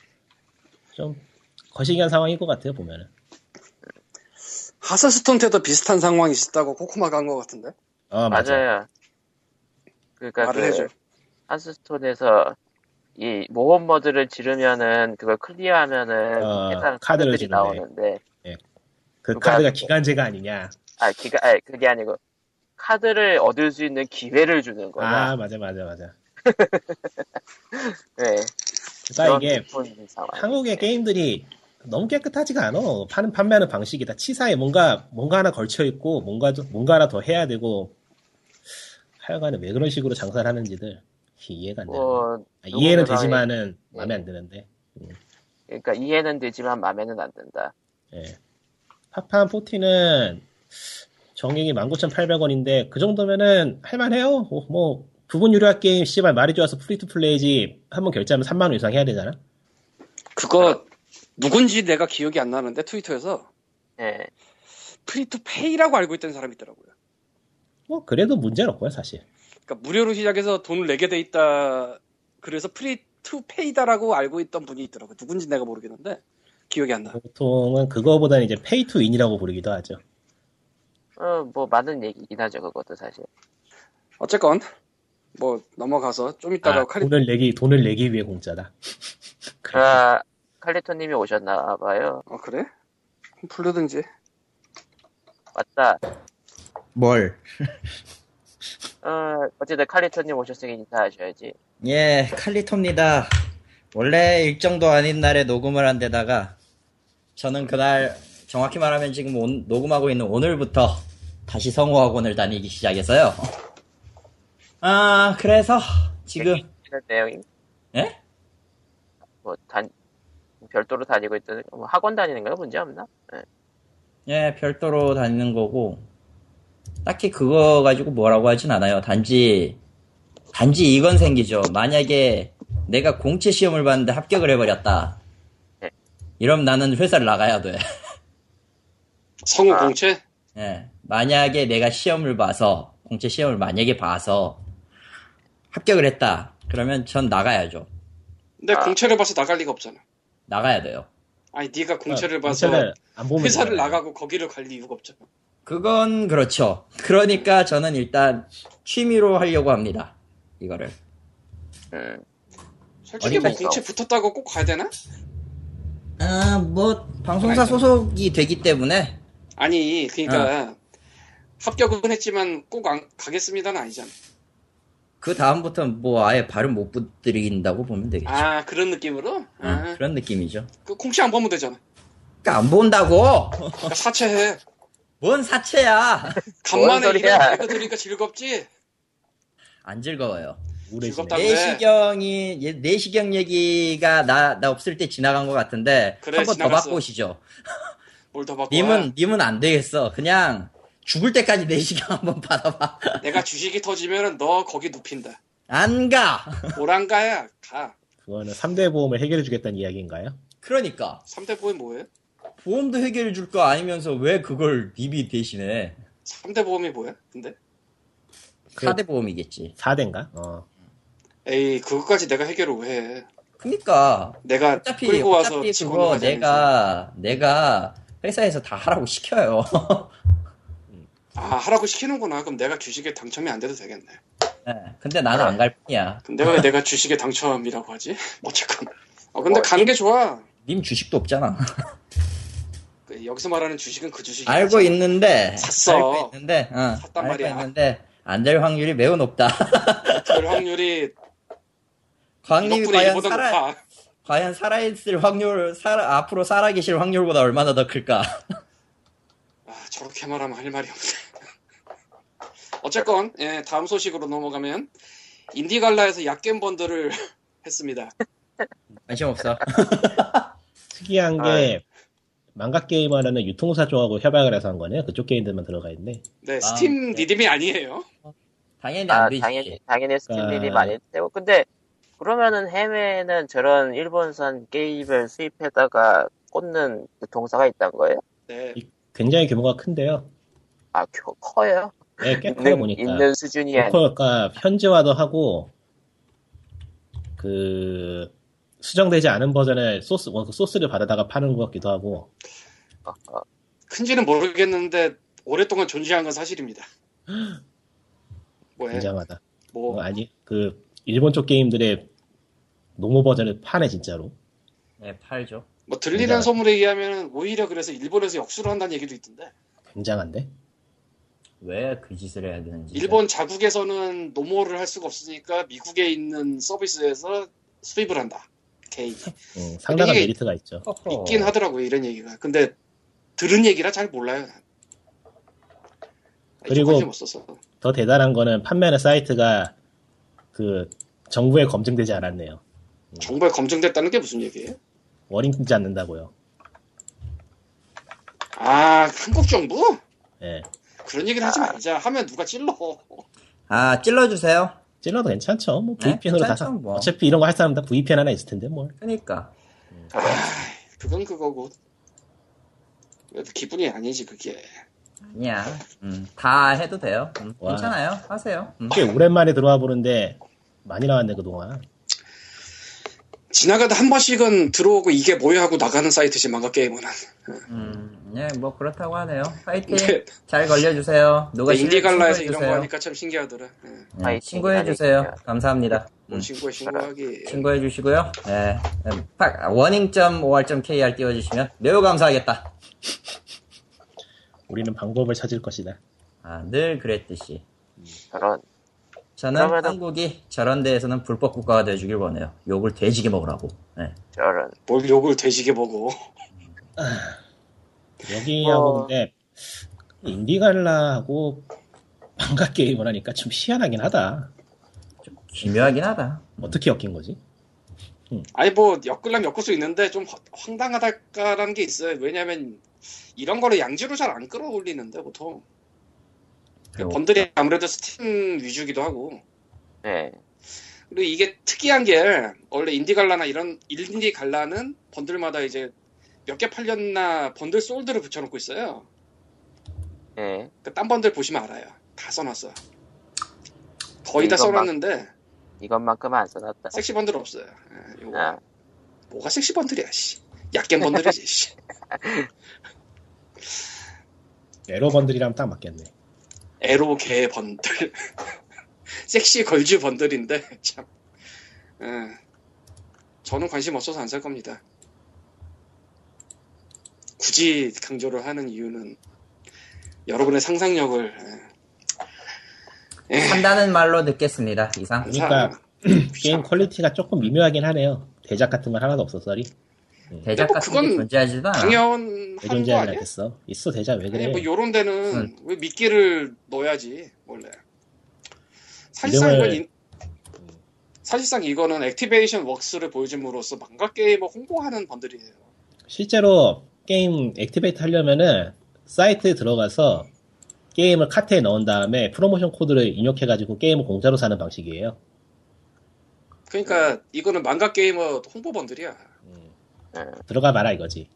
좀, 거시기한 상황일 것 같아요, 보면은. 하스스톤 때도 비슷한 상황이 있었다고 코코마가 한 것 같은데? 어, 맞아. 요 맞아요. 그러니까 말을 해줘. 그 한스톤에서 이 모험 모드를 지르면은 그걸 클리어하면은 어, 해당 카드를 카드들이 주는데. 나오는데 그 그거 카드가 안- 기간제가 아니냐. 아 기가 아 그게 아니고 카드를 얻을 수 있는 기회를 주는 거야. 아, 맞아, 맞아, 맞아. 네. 그러니까 이게 그런 기쁜 상황. 한국의 게임들이 너무 깨끗하지가 않아. 파는 판매하는 방식이 다 치사해. 뭔가 뭔가 하나 걸쳐 있고 뭔가 좀- 뭔가 하나 더 해야 되고 하여간에 왜 그런 식으로 장사를 하는지들 이해가 안 돼. 요 뭐 이해는 누군가의- 되지만은 예. 마음에 안 드는데. 그러니까 이해는 되지만 마음에는 안 든다. 예. 파판 40는 정액이 19,800원인데 그 정도면은 할만해요. 뭐, 뭐 부분 유료화 게임 씨발 말이 좋아서 프리투 플레이지 한 번 결제하면 3만 원 이상 해야 되잖아. 그거 누군지 내가 기억이 안 나는데 트위터에서 예. 프리투페이라고 알고 있던 사람이 있더라고요. 뭐 그래도 문제는 없고요 사실. 그러니까 무료로 시작해서 돈을 내게 돼 있다. 그래서 프리투페이다라고 알고 있던 분이 있더라고요. 누군지 내가 모르겠는데 기억이 안 나. 보통은 그거보다는 이제 페이투인이라고 부르기도 하죠. 어, 뭐 많은 얘기긴 하죠 그것도 사실. 어쨌건 뭐 넘어가서 좀 이따가 아, 그러니까 뭐 칼리 돈을 내기 돈을 내기 위해 공짜다. 그래. 아 칼리토님이 오셨나 봐요. 어 그래? 그럼 부르든지 맞다. 뭘? 어 어쨌든 칼리토님 오셨으니 인사하셔야지. 예, 칼리토입니다. 원래 일정도 아닌 날에 녹음을 한 데다가 저는 그날 정확히 말하면 지금 온- 녹음하고 있는 오늘부터 다시 성우학원을 다니기 시작했어요. 아, 그래서 지금 이런 내용이 예? 뭐단 별도로 다니고 있던 뭐 학원 다니는 거야 문제 없나? 예. 예, 별도로 다니는 거고, 딱히 그거 가지고 뭐라고 하진 않아요. 단지, 단지 이건 생기죠. 만약에 내가 공채 시험을 봤는데 합격을 해버렸다. 네. 이러면 나는 회사를 나가야 돼. 성우 아. 공채 예, 만약에 내가 시험을 봐서, 공채 시험을 만약에 봐서 합격을 했다. 그러면 전 나가야죠. 근데 아. 공채를 봐서 나갈 리가 없잖아. 나가야 돼요. 아니 네가 공채를 그러니까 봐서 공채를 안 보면 회사를 되잖아요. 나가고 거기를 갈 이유가 없잖아. 그건 그렇죠. 그러니까 저는 일단 취미로 하려고 합니다. 이거를. 음. 솔직히 뭐 어디까지 공채 붙었다고 꼭 가야 되나? 아, 뭐 방송사 소속이 되기 때문에 아니 그러니까 합격은 했지만 꼭 안 가겠습니다는 아니잖아. 그 다음부터는 뭐 아예 발음 못 붙들인다고 보면 되겠죠. 아 그런 느낌으로? 응, 아, 그런 느낌이죠. 그 공채 안 보면 되잖아. 그러니까 안 본다고. 그러니까 사채해. 뭔 사채야. 뭔 간만에 소리야. 이런 얘기 들으니까 즐겁지? 안 즐거워요. 우울해지네. 즐겁다. 네. 내시경이 얘- 내시경 얘기가 나 나 없을 때 지나간 것 같은데 그래, 한 번 더 지나갔어. 바꾸시죠. 뭘 더 바꿔? 님은 님은 안 되겠어. 그냥 죽을 때까지 네 내시경 한번 받아봐. 내가 주식이 터지면 너 거기 눕힌다. 안 가. 오랑가야 가. 그거는 3대 보험을 해결해 주겠다는 이야기인가요? 그러니까 3대 보험이 뭐예요? 보험도 해결해 줄 거 아니면서 왜 그걸 입이 대신에 3대 보험이 뭐야? 근데 사대 보험이겠지. 4대인가? 어. 에이 그것까지 내가 해결을 왜 해? 그니까 내가 그러니까 어차피 끌고 와서 어차피 지고 그거 가자면서. 내가 내가 회사에서 다 하라고 시켜요. 아 하라고 시키는구나 그럼 내가 주식에 당첨이 안 돼도 되겠네 네, 근데 나는 안 갈 뿐이야. 근데 왜 내가 주식에 당첨이라고 하지? 어쨌건 어 근데 가는 게 좋아 님 주식도 없잖아. 그 여기서 말하는 주식은 그 주식이 알고 있는데 샀어. 알고 있는데 어, 샀단 알고 말이야. 있는데 안 될 확률이 매우 높다. 될 확률이 광님이 6분의 과연 1보다 살아 높아 과연 살아있을 확률 살아 앞으로 살아계실 확률보다 얼마나 더 클까? 아, 저렇게 말하면 할 말이 없네. 어쨌건 예, 다음 소식으로 넘어가면 인디갈라에서 약겜 번들을 했습니다. 관심 없어. 특이한 아, 예. 게 망각 게이머라는 유통사 쪽하고 협약을 해서 한 거네요. 그쪽 게임들만 들어가 있네. 네, 스팀 네. 리듬이 아니에요. 당연히 안 아, 되지. 당연히, 당연히 스팀들이 아. 많이 되고. 근데, 그러면은 해외에는 저런 일본산 게임을 수입해다가 꽂는 유통사가 있단 거예요? 네, 굉장히 규모가 큰데요. 아, 겨- 커요? 네, 꽤 커요 있는, 보니까. 있는 수준이 아니 그러니까 현지화도 하고 그 수정되지 않은 버전의 소스 뭐, 그 소스를 바르다가 파는 것 같기도 하고 어, 어. 큰지는 모르겠는데 오랫동안 존재한 건 사실입니다. 네. 뭐, 예, 굉장하다. 어, 뭐 아니 그 일본 쪽 게임들의 노모 버전을 파네 진짜로. 네, 팔죠. 뭐 들리는 굉장하다. 소문에 의하면 오히려 그래서 일본에서 역수를 한다는 얘기도 있던데 굉장한데? 왜 그 짓을 해야 되는지. 일본 자국에서는 노모를 할 수가 없으니까 미국에 있는 서비스에서 수입을 한다. 게임 응, 음, 상당한 이게- 메리트가 있죠. 허허. 있긴 어. 하더라고요 이런 얘기가 근데 들은 얘기라 잘 몰라요 난. 그리고- 관심 없어서 더 대단한 거는 판매하는 사이트가 그 정부에 검증되지 않았네요. 정말 검증됐다는 게 무슨 얘기예요? 워링 끊지 않는다고요. 아 한국 정부 예. 그런 얘기를 아. 하지 말자 하면 누가 찔러 아 찔러주세요. 찔러도 괜찮죠. 뭐 네, VPN으로 다 괜찮죠, 사- 뭐. 어차피 이런 거 할 사람 다 VPN 하나 있을 텐데 뭘. 그러니까 그건 그거고 그래도 기분이 아니지 그게 아니야. 음, 다 해도 돼요. 음, 와. 괜찮아요. 하세요. 음. 꽤 오랜만에 들어와 보는데 많이 나왔네 그동안. 지나가다 한 번씩은 들어오고 이게 뭐야 하고 나가는 사이트지 망가 게임은 음, 예, 뭐 그렇다고 하네요. 파이팅. 네. 잘 걸려주세요. 누가 인디갈라에서 이런 거 신고해주세요. 하니까 참 신기하더라 예. 네, 신고해주세요. 감사합니다. 뭐 신고해 신고하기 신고해주시고요. 예, 음, 팍 warning.or.kr 띄워주시면 매우 감사하겠다. 우리는 방법을 찾을 것이다. 아, 늘 그랬듯이. 저런. 저는 그러면은- 한국이 저런 데에서는 불법 국가가 돼주길 원해요. 욕을 돼지게 먹으라고. 예. 저런. 뭘 욕을 되지게 보고 여기하고 어. 근데 인디갈라하고 망각 게임을 하니까 좀 희한하긴 하다. 좀 기묘하긴 하다. 어떻게 엮인 거지? 아니 뭐 엮으려면 엮을 수 있는데 좀 허- 황당하다라는 게 있어요. 왜냐면 이런 거를 양지로 잘 안 끌어올리는데 보통 그리고 번들이 아무래도 스팀 위주기도 하고 네. 그리고 이게 특이한 게 원래 인디갈라나 이런 인디갈라는 번들마다 이제 몇 개 팔렸나 번들 솔드를 붙여놓고 있어요. 네. 그딴 번들 보시면 알아요. 다 써놨어. 거의 다 이건 그러니까 막- 써놨는데 이것만큼 안 써놨다. 섹시 번들 없어요. 예, 요거. 아, 뭐가 섹시 번들이야, 씨. 약겜 번들이지, 씨. 에로 번들이랑 딱 맞겠네. 에로개 번들. 섹시 걸즈 번들인데, 참. 예. 저는 관심 없어서 안 살 겁니다. 굳이 강조를 하는 이유는 여러분의 상상력을 예, 산다는 말로 듣겠습니다. 이상. 그러니까 사- 게임 퀄리티가 조금 미묘하긴 하네요. 대작 같은 건 하나도 없어서리. 대작 뭐 같은 게 그건 존재하지도 않아. 왜 당연한 거 존재하냐 아니야? 됐어. 있어 대작 왜 아니 그래? 뭐 요런 음. 데는 왜 미끼를 넣어야지 원래 사실상 이름을- 이건 인- 사실상 이거는 액티베이션 웍스를 보여줌으로써 망가 게임을 홍보하는 번들이에요 실제로 게임 액티베이트 하려면은 사이트에 들어가서 게임을 카트에 넣은 다음에 프로모션 코드를 입력해가지고 게임을 공짜로 사는 방식이에요. 그러니까 이거는 망가 게이머 홍보 번들이야 들어가 봐라 이거지.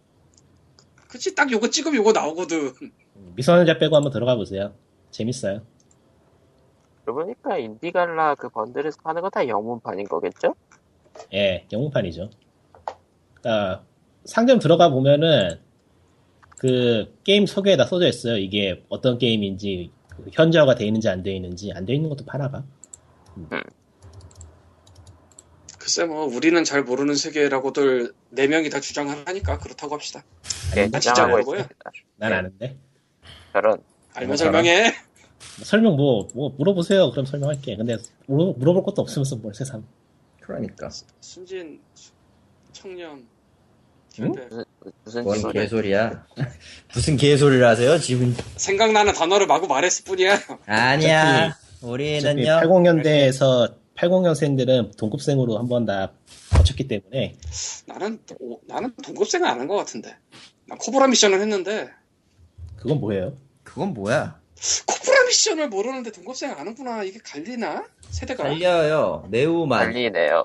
그치 딱 요거 찍으면 요거 나오거든 미성년자 빼고 한번 들어가 보세요. 재밌어요. 그러니까 인디갈라 그 번들에서 파는 거 다 영문판인 거겠죠? 예, 영문판이죠. 그러니까 상점 들어가 보면은 그 게임 소개에다 써져 있어요. 이게 어떤 게임인지 그 현저화가 돼 있는지 안 돼 있는지 안 돼 있는 것도 파나봐. 글쎄 뭐 우리는 잘 모르는 세계라고들 네 명이 다 주장하니까 그렇다고 합시다. 예, 난 아, 진짜 주장하고 뭐 모르고요. 있습니다. 난 네. 아는데 저런 알면 저런. 설명해. 뭐 설명 뭐, 뭐 물어보세요. 그럼 설명할게. 근데 물어, 물어볼 것도 없으면서 뭘 세상. 그러니까. 순진 수- 청년 근데 무슨 뭔 짓을 개소리야. 무슨 개소리를 하세요, 지금. 생각나는 단어를 마구 말했을 뿐이야. 아니야. 어차피 우리는요. 80년대에서 80년생들은 동급생으로 한 번 다 거쳤기 때문에 나는 오- 나는 동급생은 안 한 것 같은데. 난 코브라 미션을 했는데 그건 뭐예요? 그건 뭐야? 코브라 미션을 모르는데 동급생 안 하는구나. 이게 갈리나? 세대가 달려요. 매우 많이. 달리네요.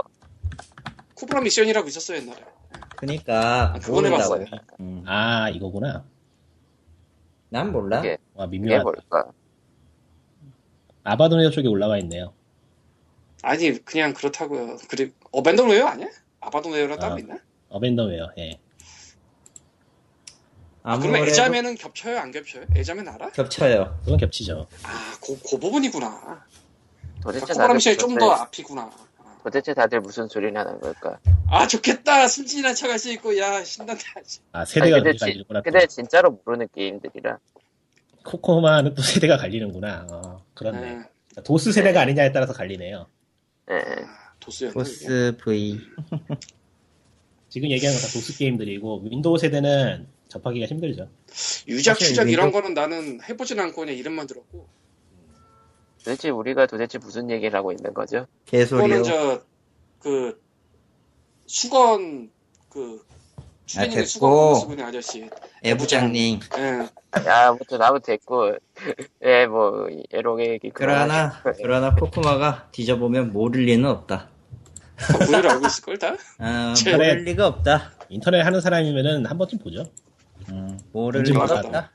코브라 미션이라고 있었어 옛날에. 그니까. 아, 그건 해봤어요. 그러니까 음. 아 이거구나. 난 몰라. 이게- 와 이게 미묘하다. 뭘까? 아바도네 쪽에 올라와 있네요. 아니 그냥 그렇다고요. 그리고 어벤더 웨어 아니야? 아바돈 웨어라 따로 아. 있나? 어벤더웨어. 예. 그러면 아무래도 애자매는 겹쳐요 안 겹쳐요? 애자매 알아? 겹쳐요. 그건 겹치죠. 아, 그, 그 부분이구나. 도대체 코브라 다들 미션이 아, 좀 무슨 더 소리- 앞이구나. 아. 도대체 다들 무슨 소리를 하는 걸까? 아, 좋겠다. 순진한 척할 수 있고, 야, 신난다. 아 아니, 세대가 근데, 이렇게 지, 갈리는구나. 근데 진짜로 모르는 게임들이라 코코마는 또 세대가 갈리는구나. 어, 음. 그렇네. 네. 도스 세대가 아니냐에 따라서 갈리네요. 예, 도스였나? 이게? 보스 V. 지금 얘기하는 건 다 도스 게임들이고 윈도우 세대는 접하기가 힘들죠. 유작, 사실 추작 이런 이거- 거는 나는 해보진 않고 그냥 이름만 들었고. 도대체 우리가 도대체 무슨 얘기를 하고 있는 거죠? 개소리요. 그거는 저, 그, 수건, 그, 아, 추리닝에 됐고. 수건 쓰고 있는 아저씨. 애부장님. 예. 야, 아무튼 아무 됐고 예, 뭐 에롱의 얘기 그러나, 네. 그러나 코코마가 뒤져보면 모를 리는 없다. 다 분유를 알고 있을걸, 다? 아, 제- 모를 리가 없다. 인터넷 하는 사람이면은 한 번쯤 보죠. 음, 모를 뭔지 리가 몰라도. 없다.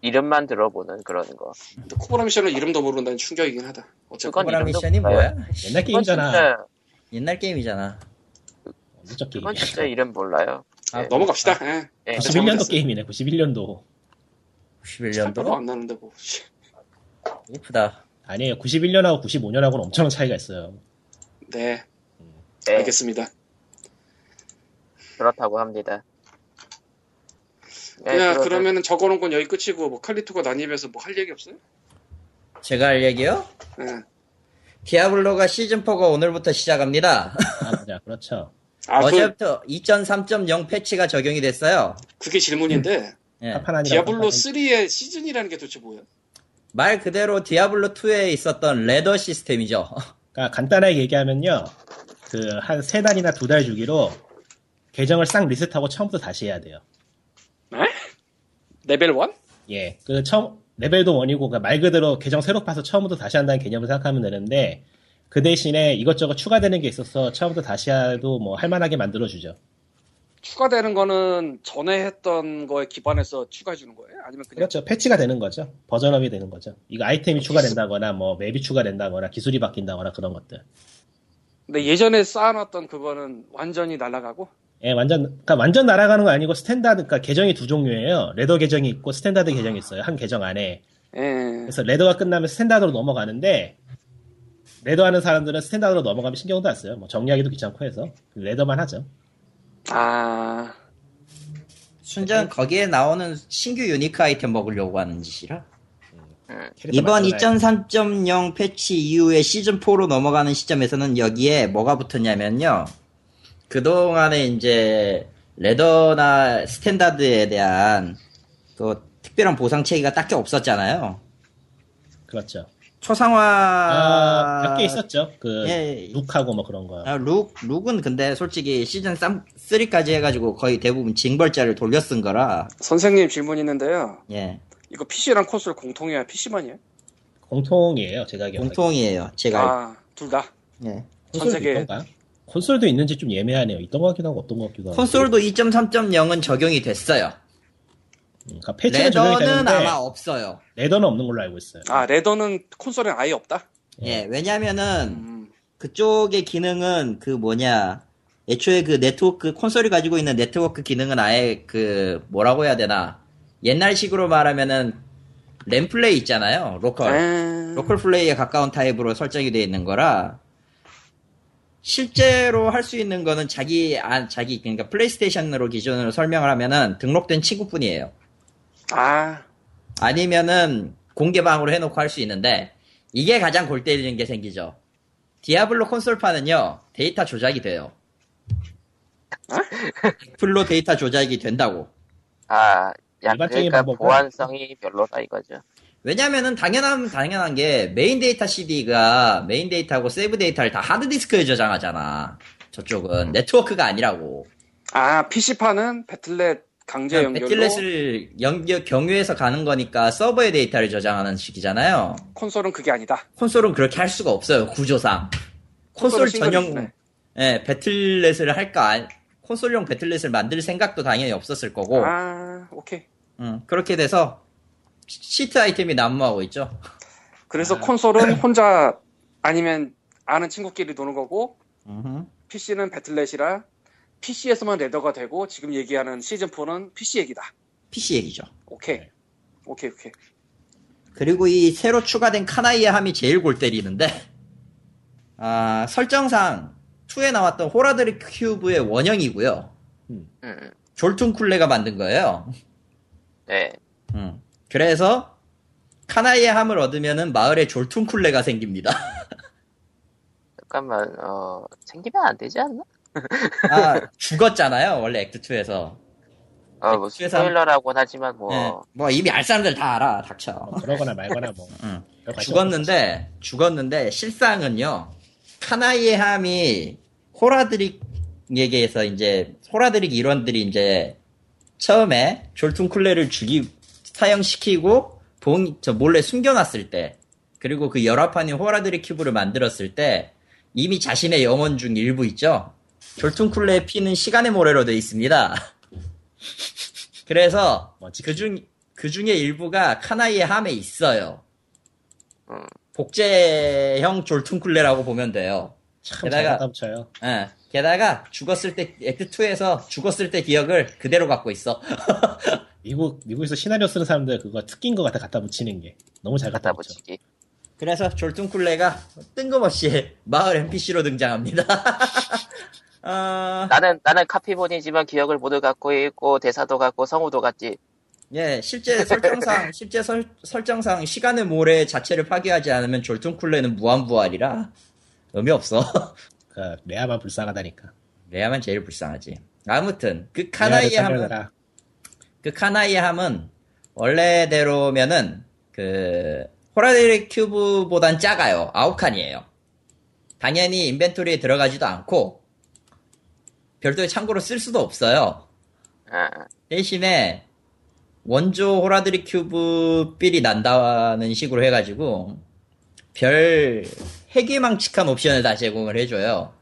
이름만 들어보는 그런 거. 근데 코브라 미션은 이름도 모른다는 충격이긴 하다. 그건 어쨌건. 코코마 이름도 네. 미션이 몰라요. 뭐야? 그건 옛날 게임잖아. 진짜, 옛날 게임이잖아. 언제적 그건 게임이야. 진짜 이름 몰라요. 아, 예, 넘어갑시다. 예. 예, 91년도 잘못했어요. 게임이네. 91년도. 별로 91년도? 안 나는데, 뭐. 이쁘다. 아니에요. 91년하고 95년하고는 엄청난 차이가 있어요. 네, 예, 알겠습니다. 그렇다고 합니다. 예, 그냥 그래서- 그러면은 적어놓은 건 여기 끝이고 뭐 칼리토가 난입해서 뭐 할 얘기 없어요? 제가 할 얘기요? 예. 디아블로가 시즌4가 오늘부터 시작합니다. 아, 맞아. 그렇죠. 아, 그, 어제부터 2.3.0 패치가 적용이 됐어요. 그게 질문인데 예. 파판아니라고 네. 디아블로 생각하는- 3의 시즌이라는 게 도대체 뭐예요? 말 그대로 디아블로2에 있었던 레더 시스템이죠. 그러니까 간단하게 얘기하면요. 그 한 세 달이나 두 달 주기로 계정을 싹 리셋하고 처음부터 다시 해야 돼요. 레벨 1? 예. 그 처음 레벨도 원이고 그러니까 말 그대로 계정 새로 파서 처음부터 다시 한다는 개념을 생각하면 되는데 그 대신에 이것저것 추가되는 게 있어서 처음부터 다시 해도 뭐 할만하게 만들어 주죠. 추가되는 거는 전에 했던 거에 기반해서 추가해 주는 거예요? 아니면 그냥 그렇죠. 패치가 되는 거죠. 버전업이 되는 거죠. 이거 아이템이 어, 추가된다거나 뭐 맵이 추가된다거나 기술이 바뀐다거나 그런 것들. 근데 예전에 쌓아놨던 그거는 완전히 날아가고 예, 완전 그러니까 완전 날아가는 거 아니고 스탠다드 그러니까 계정이 두 종류예요. 레더 계정이 있고 스탠다드 계정이 있어요. 한 계정 예. 안에. 그래서 레더가 끝나면 스탠다드로 넘어가는데 레더 하는 사람들은 스탠다드로 넘어가면 신경도 안 써요. 뭐 정리하기도 귀찮고 해서 그 레더만 하죠. 아, 순전 거기에 나오는 신규 유니크 아이템 먹으려고 하는 짓이라. 캐릭터 이번 만들어놔야- 2.3.0 패치 이후에 시즌4로 넘어가는 시점에서는 여기에 뭐가 붙었냐면요. 그동안에 이제 레더나 스탠다드에 대한 그 특별한 보상 체계가 딱히 없었잖아요. 그렇죠. 초상화 아, 몇 개 있었죠. 그 아. 예, 예. 룩하고 뭐 그런 거. 아, 룩, 룩은 근데 솔직히 시즌 3, 3까지 해가지고 거의 대부분 징벌자를 돌려 쓴 거라. 선생님 질문 있는데요. 예. 이거 PC랑 콘솔 공통이야? PC만이에요? 공통이에요. 제가 기억하기에. 공통이에요. 제가. 아, 둘 다. 예. 콘솔도 전 세계- 있던가? 콘솔도 있는지 좀 애매하네요. 있던 것 같기도 하고 없던 것 같기도 하고. 콘솔도 2.3.0은 적용이 됐어요. 음, 그러니까 패치는 적용이 레더는 되는데 아마 없어요. 레더는 없는 걸로 알고 있어요. 아, 레더는 콘솔엔 아예 없다. 예, 왜냐면은 음, 그쪽의 기능은 그 뭐냐 애초에 그 네트워크 콘솔이 가지고 있는 네트워크 기능은 아예 그 뭐라고 해야 되나 옛날식으로 말하면은 램플레이 있잖아요 로컬 네. 에... 로컬 플레이에 가까운 타입으로 설정이 되어 있는 거라 실제로 할 수 있는 거는 자기 안 자기 그러니까 플레이스테이션으로 기준으로 설명을 하면은 등록된 친구뿐이에요. 아, 아니면은 공개방으로 해놓고 할 수 있는데 이게 가장 골 때리는 게 생기죠. 디아블로 콘솔판은요 데이터 조작이 돼요. 풀로 데이터 조작이 된다고. 아, 야, 일반적인 그러니까 방법은- 보안성이 별로다 이거죠. 왜냐면은 당연한 당연한 게 메인 데이터 CD가 메인 데이터하고 세이브 데이터를 다 하드 디스크에 저장하잖아. 저쪽은 네트워크가 아니라고. 아 PC판은 배틀넷 강제 그냥 네, 연결로 네, 배틀넷을 연결 경유해서 가는 거니까 서버에 데이터를 저장하는 식이잖아요. 콘솔은 그게 아니다. 콘솔은 그렇게 할 수가 없어요 구조상 콘솔 콘솔은 싱글이 전용 있네. 예 배틀넷을 할까 안- 콘솔용 배틀넷을 만들 생각도 당연히 없었을 거고 아, 오케이. 음, 그렇게 돼서 시- 시트 아이템이 난무하고 있죠 아. 그래서 콘솔은 혼자 아니면 아는 친구끼리 노는 거고 PC는 배틀넷이라 PC에서만 레더가 되고 지금 얘기하는 시즌 4는 PC 얘기다. PC 얘기죠 오케이. 네. 오케이, 오케이. 그리고 이 새로 추가된 카나이의 함이 제일 골 때리는데 아 설정상 2에 나왔던 호라드리 큐브의 원형이고요 음, 졸퉁 쿨레가 만든 거예요 네. 음. 그래서 카나이의 함을 얻으면은 마을에 졸퉁쿨레가 생깁니다. 잠깐만, 어, 생기면 안 되지 않나? 아, 죽었잖아요. 원래 액트 2에서. 어, 뭐, 액수에서 한- 스포일러라고는 하지만 뭐, 뭐 이미 알 사람들 다 알아. 닥쳐. 뭐 그러거나 말거나 뭐. 응. 별 관심 죽었는데 죽었는데 실상은요. 카나이의 함이 호라드릭에게서 이제 호라드릭 일원들이 이제 처음에 졸퉁쿨레를 죽이 사형시키고 봉, 저 몰래 숨겨놨을 때 그리고 그 열화판인 호라드릭 큐브를 만들었을 때 이미 자신의 영혼 중 일부 있죠. 졸퉁쿨레의 피는 시간의 모래로 돼 있습니다. 그래서 멋지다. 그중 그중에 일부가 카나이의 함에 있어요. 음. 복제형 졸퉁쿨레라고 보면 돼요. 참 게다가- 잘하다 붙여요. 예. 게다가 죽었을 때 액트 2에서 죽었을 때 기억을 그대로 갖고 있어. 미국 미국에서 시나리오 쓰는 사람들 그거 특기인 것 같아 갖다 붙이는 게 너무 잘 갖다 갖다 붙여. 붙이기. 그래서 졸퉁쿨레가 뜬금없이 마을 NPC로 등장합니다. 어, 나는, 나는 카피본이지만 기억을 모두 갖고 있고, 대사도 갖고, 성우도 같지. 예, 실제 설정상, 실제 설, 설정상 시간의 모래 자체를 파괴하지 않으면 졸퉁쿨레는 무한부활이라 의미 없어. 그러니까 레아만 불쌍하다니까. 레아만 제일 불쌍하지. 아무튼, 그 레아를 카나이의 함은, 살려라. 그 카나이의 함은, 원래대로면은, 그, 호라데리 큐브보단 작아요. 아홉 칸이에요. 당연히 인벤토리에 들어가지도 않고, 별도의 창고로 쓸 수도 없어요. 아, 대신에 원조 호라드리 큐브 삘이 난다는 식으로 해가지고 별 해괴망측한 옵션을 다 제공을 해줘요.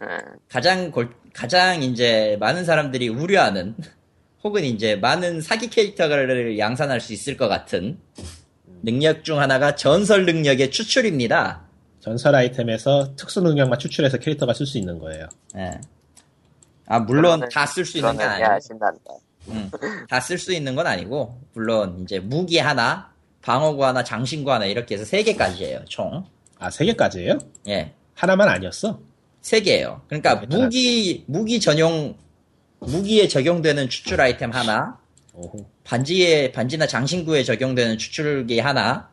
아, 가장 골- 가장 이제 많은 사람들이 우려하는 혹은 이제 많은 사기 캐릭터를 양산할 수 있을 것 같은 능력 중 하나가 전설 능력의 추출입니다. 전설 아이템에서 특수 능력만 추출해서 캐릭터가 쓸 수 있는 거예요. 예. 아 물론 그러면- 다 쓸 수 있는 게 그러면, 아니고 야, 신난다. 다 쓸 수 있는 건 아니고 물론 이제 무기 하나, 방어구 하나, 장신구 하나 이렇게 해서 세 개까지예요 총. 아 세 개까지예요? 예, 하나만 아니었어? 세 개예요. 그러니까 무기 무기 전용 무기에 적용되는 추출 아이템 하나, 오호. 반지에 반지나 장신구에 적용되는 추출기 하나,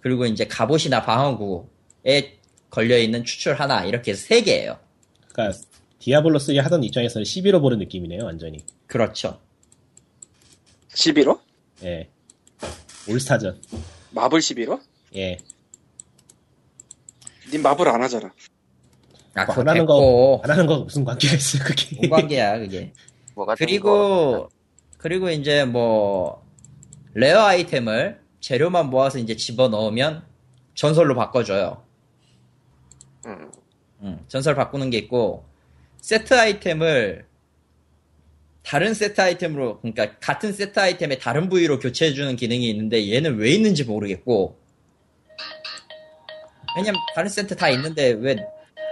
그리고 이제 갑옷이나 방어구에 걸려 있는 추출 하나 이렇게 해서 세 개예요. 그러니까 디아블로 3 하던 입장에서는 11로 보는 느낌이네요, 완전히. 그렇죠. 11호? 예. 올스타전. 마블 11호? 예. 님 마블 안 하잖아. 아, 뭐 그거 안 하는 됐고 거, 안 하는 거 무슨 관계가 있어요, 그게. 뭔 관계야 그게. 뭐가 좀 그리고 그리고 이제 뭐 레어 아이템을 재료만 모아서 이제 집어 넣으면 전설로 바꿔줘요. 뭐, 음, 음, 전설 바꾸는 게 있고 세트 아이템을 다른 세트 아이템으로 그러니까 같은 세트 아이템의 다른 부위로 교체해주는 기능이 있는데 얘는 왜 있는지 모르겠고 왜냐면 다른 센터 다 있는데 왜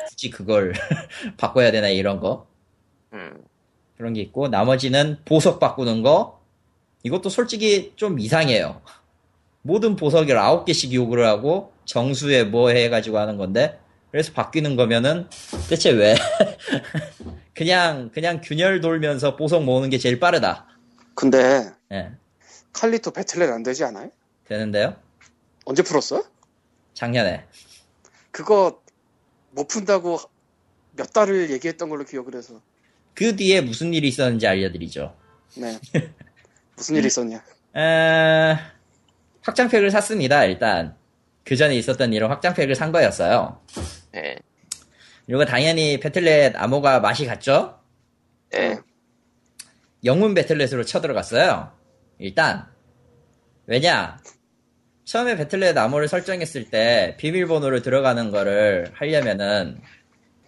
굳이 그걸 바꿔야 되나 이런 거 음. 그런 게 있고 나머지는 보석 바꾸는 거 이것도 솔직히 좀 이상해요. 모든 보석을 9개씩 요구를 하고 정수에 뭐 해가지고 하는 건데 그래서 바뀌는 거면은 대체 왜 그냥 그냥 균열 돌면서 보석 모으는 게 제일 빠르다. 근데 예. 칼리토 배틀넷 안 되지 않아요? 되는데요. 언제 풀었어? 작년에 그거 못 푼다고 몇 달을 얘기했던 걸로 기억을 해서 그 뒤에 무슨 일이 있었는지 알려드리죠. 네 무슨 일이 있었냐 에... 확장팩을 샀습니다. 일단 그 전에 있었던 일은 확장팩을 산 거였어요. 예. 그리고 당연히 배틀넷 암호가 맛이 갔죠. 예. 네. 음. 영문 배틀넷으로 쳐들어갔어요. 일단 왜냐 처음에 배틀넷 암호를 설정했을 때 비밀번호를 들어가는 거를 하려면은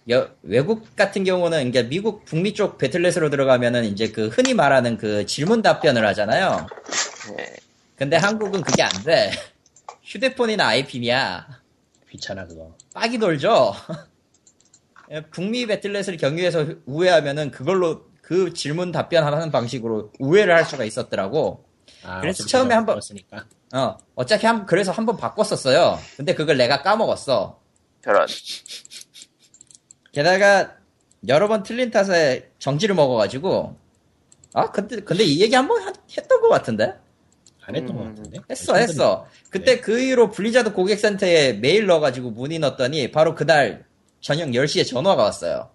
여- 외국 같은 경우는 이게 미국 북미 쪽 배틀넷으로 들어가면은 이제 그 흔히 말하는 그 질문 답변을 하잖아요. 예. 근데 한국은 그게 안 돼. 휴대폰이나 아이핀이야. 귀찮아 그거. 빡이 돌죠? 예, 북미 배틀넷을 경유해서 우회하면은 그걸로 그 질문 답변하는 방식으로 우회를 할 수가 있었더라고. 아, 그래서 어차피 처음에 그냥 한번- 걸었으니까. 어, 어차피 한, 그래서 한번 바꿨었어요. 근데 그걸 내가 까먹었어. 저런. 게다가 여러 번 틀린 탓에 정지를 먹어가지고. 아, 근데, 근데 이 얘기 한번 하- 했던 것 같은데? 안 했던 것 음, 같은데. 했어 했어 네. 그때 그 이후로 블리자드 고객센터에 메일 넣어가지고 문의 넣었더니 바로 그날 저녁 10시에 전화가 왔어요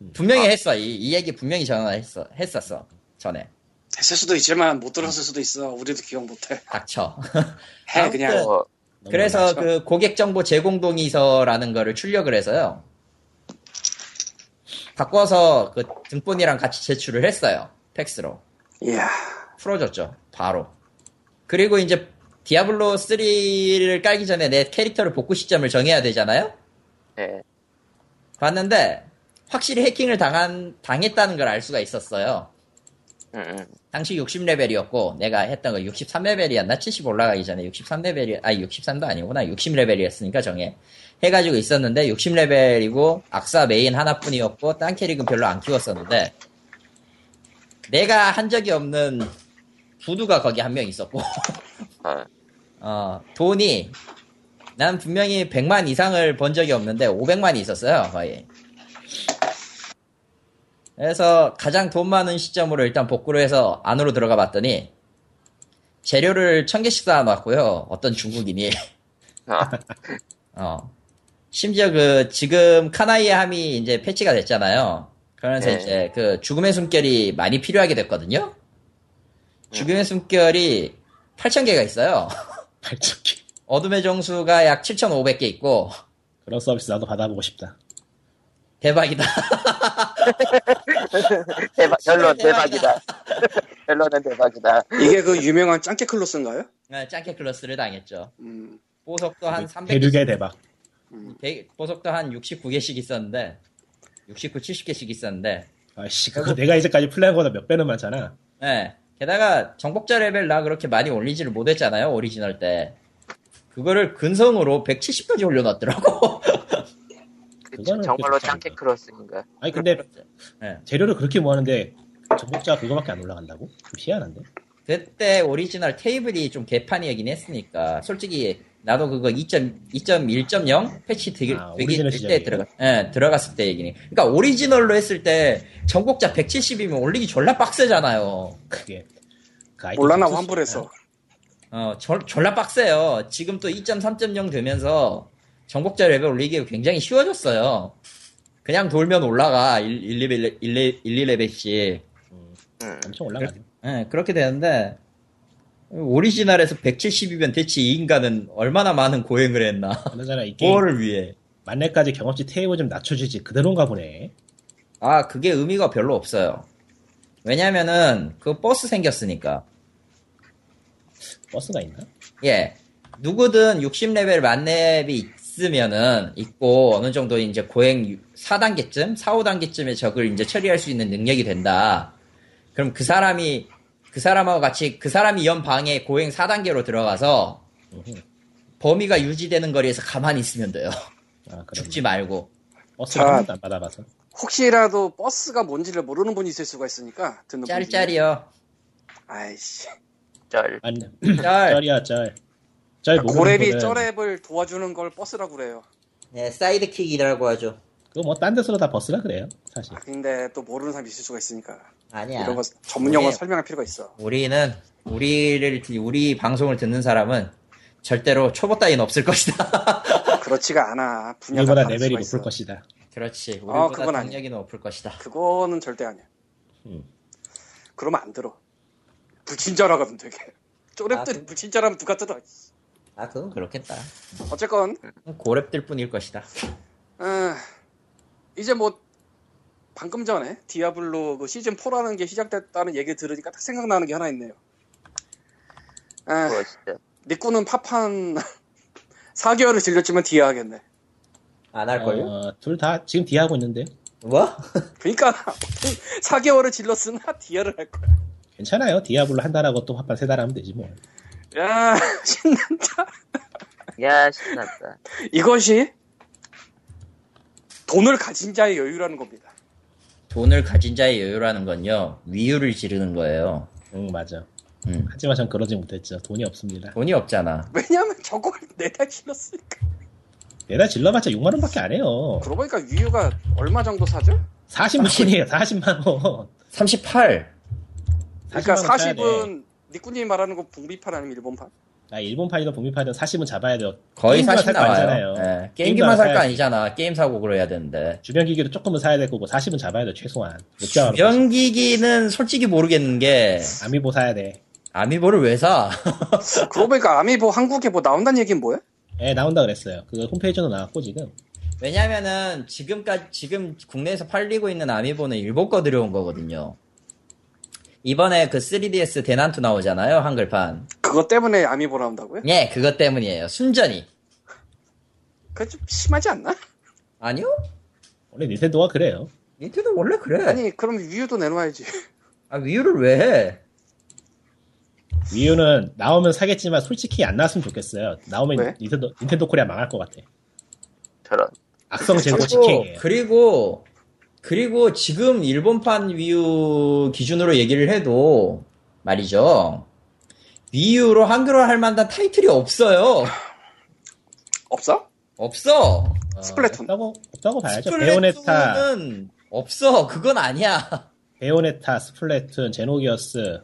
음. 분명히 아. 했어 이, 이 얘기 분명히 전화했어 했었어 전에 했을 수도 있지만 못 들었을 수도 있어 우리도 기억 못해 닥쳐 해 그냥 뭐, 너무 그래서 많죠. 그 고객정보 제공동의서라는 거를 출력을 해서요 바꿔서 그 등본이랑 같이 제출을 했어요 팩스로 이야 풀어줬죠. 바로. 그리고 이제 디아블로 3를 깔기 전에 내 캐릭터를 복구 시점을 정해야 되잖아요. 예. 봤는데 확실히 해킹을 당한 당했다는 걸 알 수가 있었어요. 음, 음. 당시 60레벨이었고 내가 했던 거 63레벨이었나 70 올라가기 전에 63레벨이 아니 63도 아니구나 60레벨이었으니까 정해 해가지고 있었는데 60레벨이고 악사 메인 하나뿐이었고 딴 캐릭은 별로 안 키웠었는데 내가 한 적이 없는 부두가 거기 한 명 있었고 아, 어, 돈이 난 분명히 100만 이상을 번 적이 없는데 500만이 있었어요 거의 그래서 가장 돈 많은 시점으로 일단 복구를 해서 안으로 들어가 봤더니 재료를 1000개씩 쌓아놨고요 어떤 중국인이 아, 어. 심지어 그 지금 카나이의 함이 이제 패치가 됐잖아요. 그러면서 네. 이제 그 죽음의 숨결이 많이 필요하게 됐거든요. 죽음의 숨결이 8,000개가 있어요. 발전기. 어둠의 정수가 약 7,500개 있고 그런 서비스 나도 받아보고 싶다. 대박이다. 대박, 결론 대박이다. 결론은 대박이다. 이게 그 유명한 짱깨 클로스인가요? 네, 짱캐 클러스를 당했죠. 음, 보석도 한 300개, 그 대륙의 대박. 보석도 한 69개씩 있었는데 69, 70개씩 있었는데 아씨, 그거 내가 이제까지 플레이한 거보다 몇 배는 많잖아. 네. 게다가 정복자 레벨 나 그렇게 많이 올리지를 못했잖아요 오리지널 때. 그거를 근성으로 170까지 올려놨더라고. 그거는 정말로 그렇게 좋지 짱캐 않나. 크로스인가? 아니 근데 네. 재료를 그렇게 모았는데 정복자가 그거밖에 안 올라간다고? 좀 희한한데? 그때 오리지널 테이블이 좀 개판이긴 했으니까 솔직히 나도 그거 2.1.0 패치 되기 아, 되기 오리지널 그때 시절이에요? 들어갔 예, 들어갔을 때 얘기니. 그러니까 오리지널로 했을 때 정복자 170이면 올리기 졸라 빡세잖아요. 그게 그 아이템 몰라나 없을 수 환불해서 있나? 어, 졸, 졸라 빡세요. 지금 또 2.3.0 되면서 정복자 레벨 올리기 굉장히 쉬워졌어요. 그냥 돌면 올라가. 1, 2, 1, 1, 2레벨씩. 음. 네, 엄청 네. 올라가죠. 예, 그렇게 되는데, 오리지널에서 170이면 대체 이 인간은 얼마나 많은 고행을 했나. 그러잖아 이 게임 뭐를 위해. 만렙까지 경험치 테이블 좀 낮춰주지 그대로인가 보네. 아, 그게 의미가 별로 없어요. 왜냐면은, 그 버스 생겼으니까. 버스가 있나? 예. 누구든 60레벨 만렙이 있으면은, 있고, 어느 정도 이제 고행 유- 4단계쯤? 4, 5단계쯤의 적을 이제 처리할 수 있는 능력이 된다. 그럼 그 사람이, 그 사람하고 같이, 그 사람이 연 방에 고행 4단계로 들어가서, 범위가 유지되는 거리에서 가만히 있으면 돼요. 아, 그럼 죽지 말고. 버스 자. 한 번도 안 받아봐서. 혹시라도 버스가 뭔지를 모르는 분이 있을 수가 있으니까 듣는 분이 짤짤이요. 아이씨 쩔. 아니, 짤. 쩔이야, 쩔. 쩔 모르는 아, 고랩이 분은 쩔앱을 도와주는 걸 버스라고 그래요 네, 사이드킥이라고 하죠. 그거 뭐 딴 데서로 다 버스라 그래요, 사실. 아, 근데 또 모르는 사람이 있을 수가 있으니까 아니야. 이런 거 전문 용어 그래요. 설명할 필요가 있어 우리는 우리를 우리 방송을 듣는 사람은 절대로 초보 따윈 없을 것이다. 그렇지가 않아 분야가 우리보다 다를 레벨이 수가 높을 있어. 것이다. 그렇지. 어, 우리보다 아, 그건 아니에요. 능력이 높을 것이다. 그거는 절대 아니야 음. 그러면 안 들어 불친절하고 하면 되게 쫄앱들이 아, 그- 불친절하면 누가 들어 아, 그건 그렇겠다. 어쨌건 고랩들 뿐일 것이다. 아, 이제 뭐 방금 전에 디아블로 그 시즌 4라는 게 시작됐다는 얘기 를 들으니까 딱 생각나는 게 하나 있네요. 아, 그거 진짜. 니꾸는 팝한 4개월을 질렸지만 디아 하겠네. 안 할걸요? 어, 둘 다 지금 디하고 있는데요. 뭐? 그러니까 4개월을 질렀으나 디아를 할 거야. 괜찮아요. 디아블로 한 달하고 또 합판 세달 하면 되지 뭐. 야 신난다. 야, 신난다. 이것이 돈을 가진 자의 여유라는 겁니다. 돈을 가진 자의 여유라는 건요 위유를 지르는 거예요. 응, 맞아. 음. 하지만 전 그러지 못했죠. 돈이 없습니다. 돈이 없잖아. 왜냐면 저걸 내다 질렀으니까. 내가 질러봤자 6만 원밖에 안 해요. 그러고 보니까 위유가 얼마 정도 사죠? 40만 원이에요. 40만 원. 38. 그러니까 40만 원 짜야 돼. 40은 니꾸님이 말하는 거 북미판 아니면 일본판? 아, 일본판이든 북미판이든 40은 잡아야 돼요. 거의 게임기만 40 살거 나와요. 아니잖아요. 예, 게임도 안 게임기만 살 거 사야지. 아니잖아. 게임 사고 그래야 되는데. 주변 기기도 조금은 사야 될 거고 40은 잡아야 돼 최소한. 못 잡아. 주변기기는 솔직히 모르겠는 게 아미보 사야 돼. 아미보를 왜 사? 그러고 보니까 아미보 한국에 뭐 나온다는 얘기는 뭐야? 예, 나온다 그랬어요. 그 홈페이지도 나왔고 지금. 왜냐면은 지금까지 지금 국내에서 팔리고 있는 아미보는 일본 거 들여온 거거든요. 이번에 그 3DS 대난투 나오잖아요 한글판. 그것 때문에 아미보 나온다고요? 예, 그것 때문이에요. 순전히. 그게 좀 심하지 않나? 아니요? 원래 닌텐도가 그래요. 닌텐도 원래 네. 그래. 아니 그럼 위유도 내놓아야지 아, 위유를 왜 해? 위유는 나오면 사겠지만 솔직히 안 나왔으면 좋겠어요. 나오면 왜? 닌텐도 닌텐도 코리아 망할 것 같아. 저런. 악성 제고 어, 그리고, 직행이에요. 그리고, 그리고 지금 일본판 위유 기준으로 얘기를 해도 말이죠. 위유로 한글화 할 만한 타이틀이 없어요. 없어? 없어. 어, 스플래툰. 없다고 없다고 봐야죠. 베오네타, 스플래툰은 없어. 그건 아니야. 베오네타, 스플래툰, 제노기어스,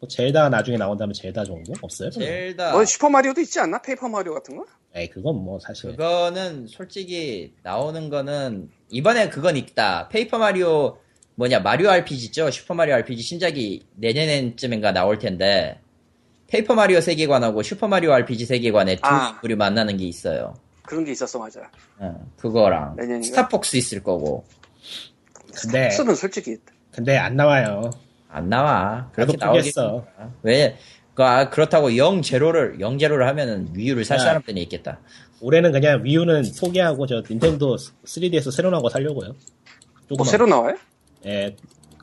뭐 젤다가 나중에 나온다면 젤다 정도 없어요. 별로? 젤다. 뭐 슈퍼마리오도 있지 않나? 페이퍼 마리오 같은 거? 에이 그건 뭐 사실 그거는 솔직히 나오는 거는 이번에 그건 있다. 페이퍼 마리오 뭐냐 마리오 RPG죠. 슈퍼 마리오 RPG 신작이 내년쯤인가 나올 텐데 페이퍼 마리오 세계관하고 슈퍼 마리오 RPG 세계관의 두 아. 인물이 만나는 게 있어요. 그런 게 있었어 맞아 응, 그거랑 내년인가? 스타폭스 있을 거고 근데 수는 솔직히 근데 안 나와요. 안 나와. 나도 그렇게 나오겠어. 포기했어. 왜? 그, 아, 그렇다고 영 제로를 영 제로를 하면은 위유를 살 네. 사람들이 있겠다. 올해는 그냥 위유는 포기하고 저 닌텐도 3DS 새로 나온 거 살려고요. 뭐 어, 조금 새로 나와요? 예,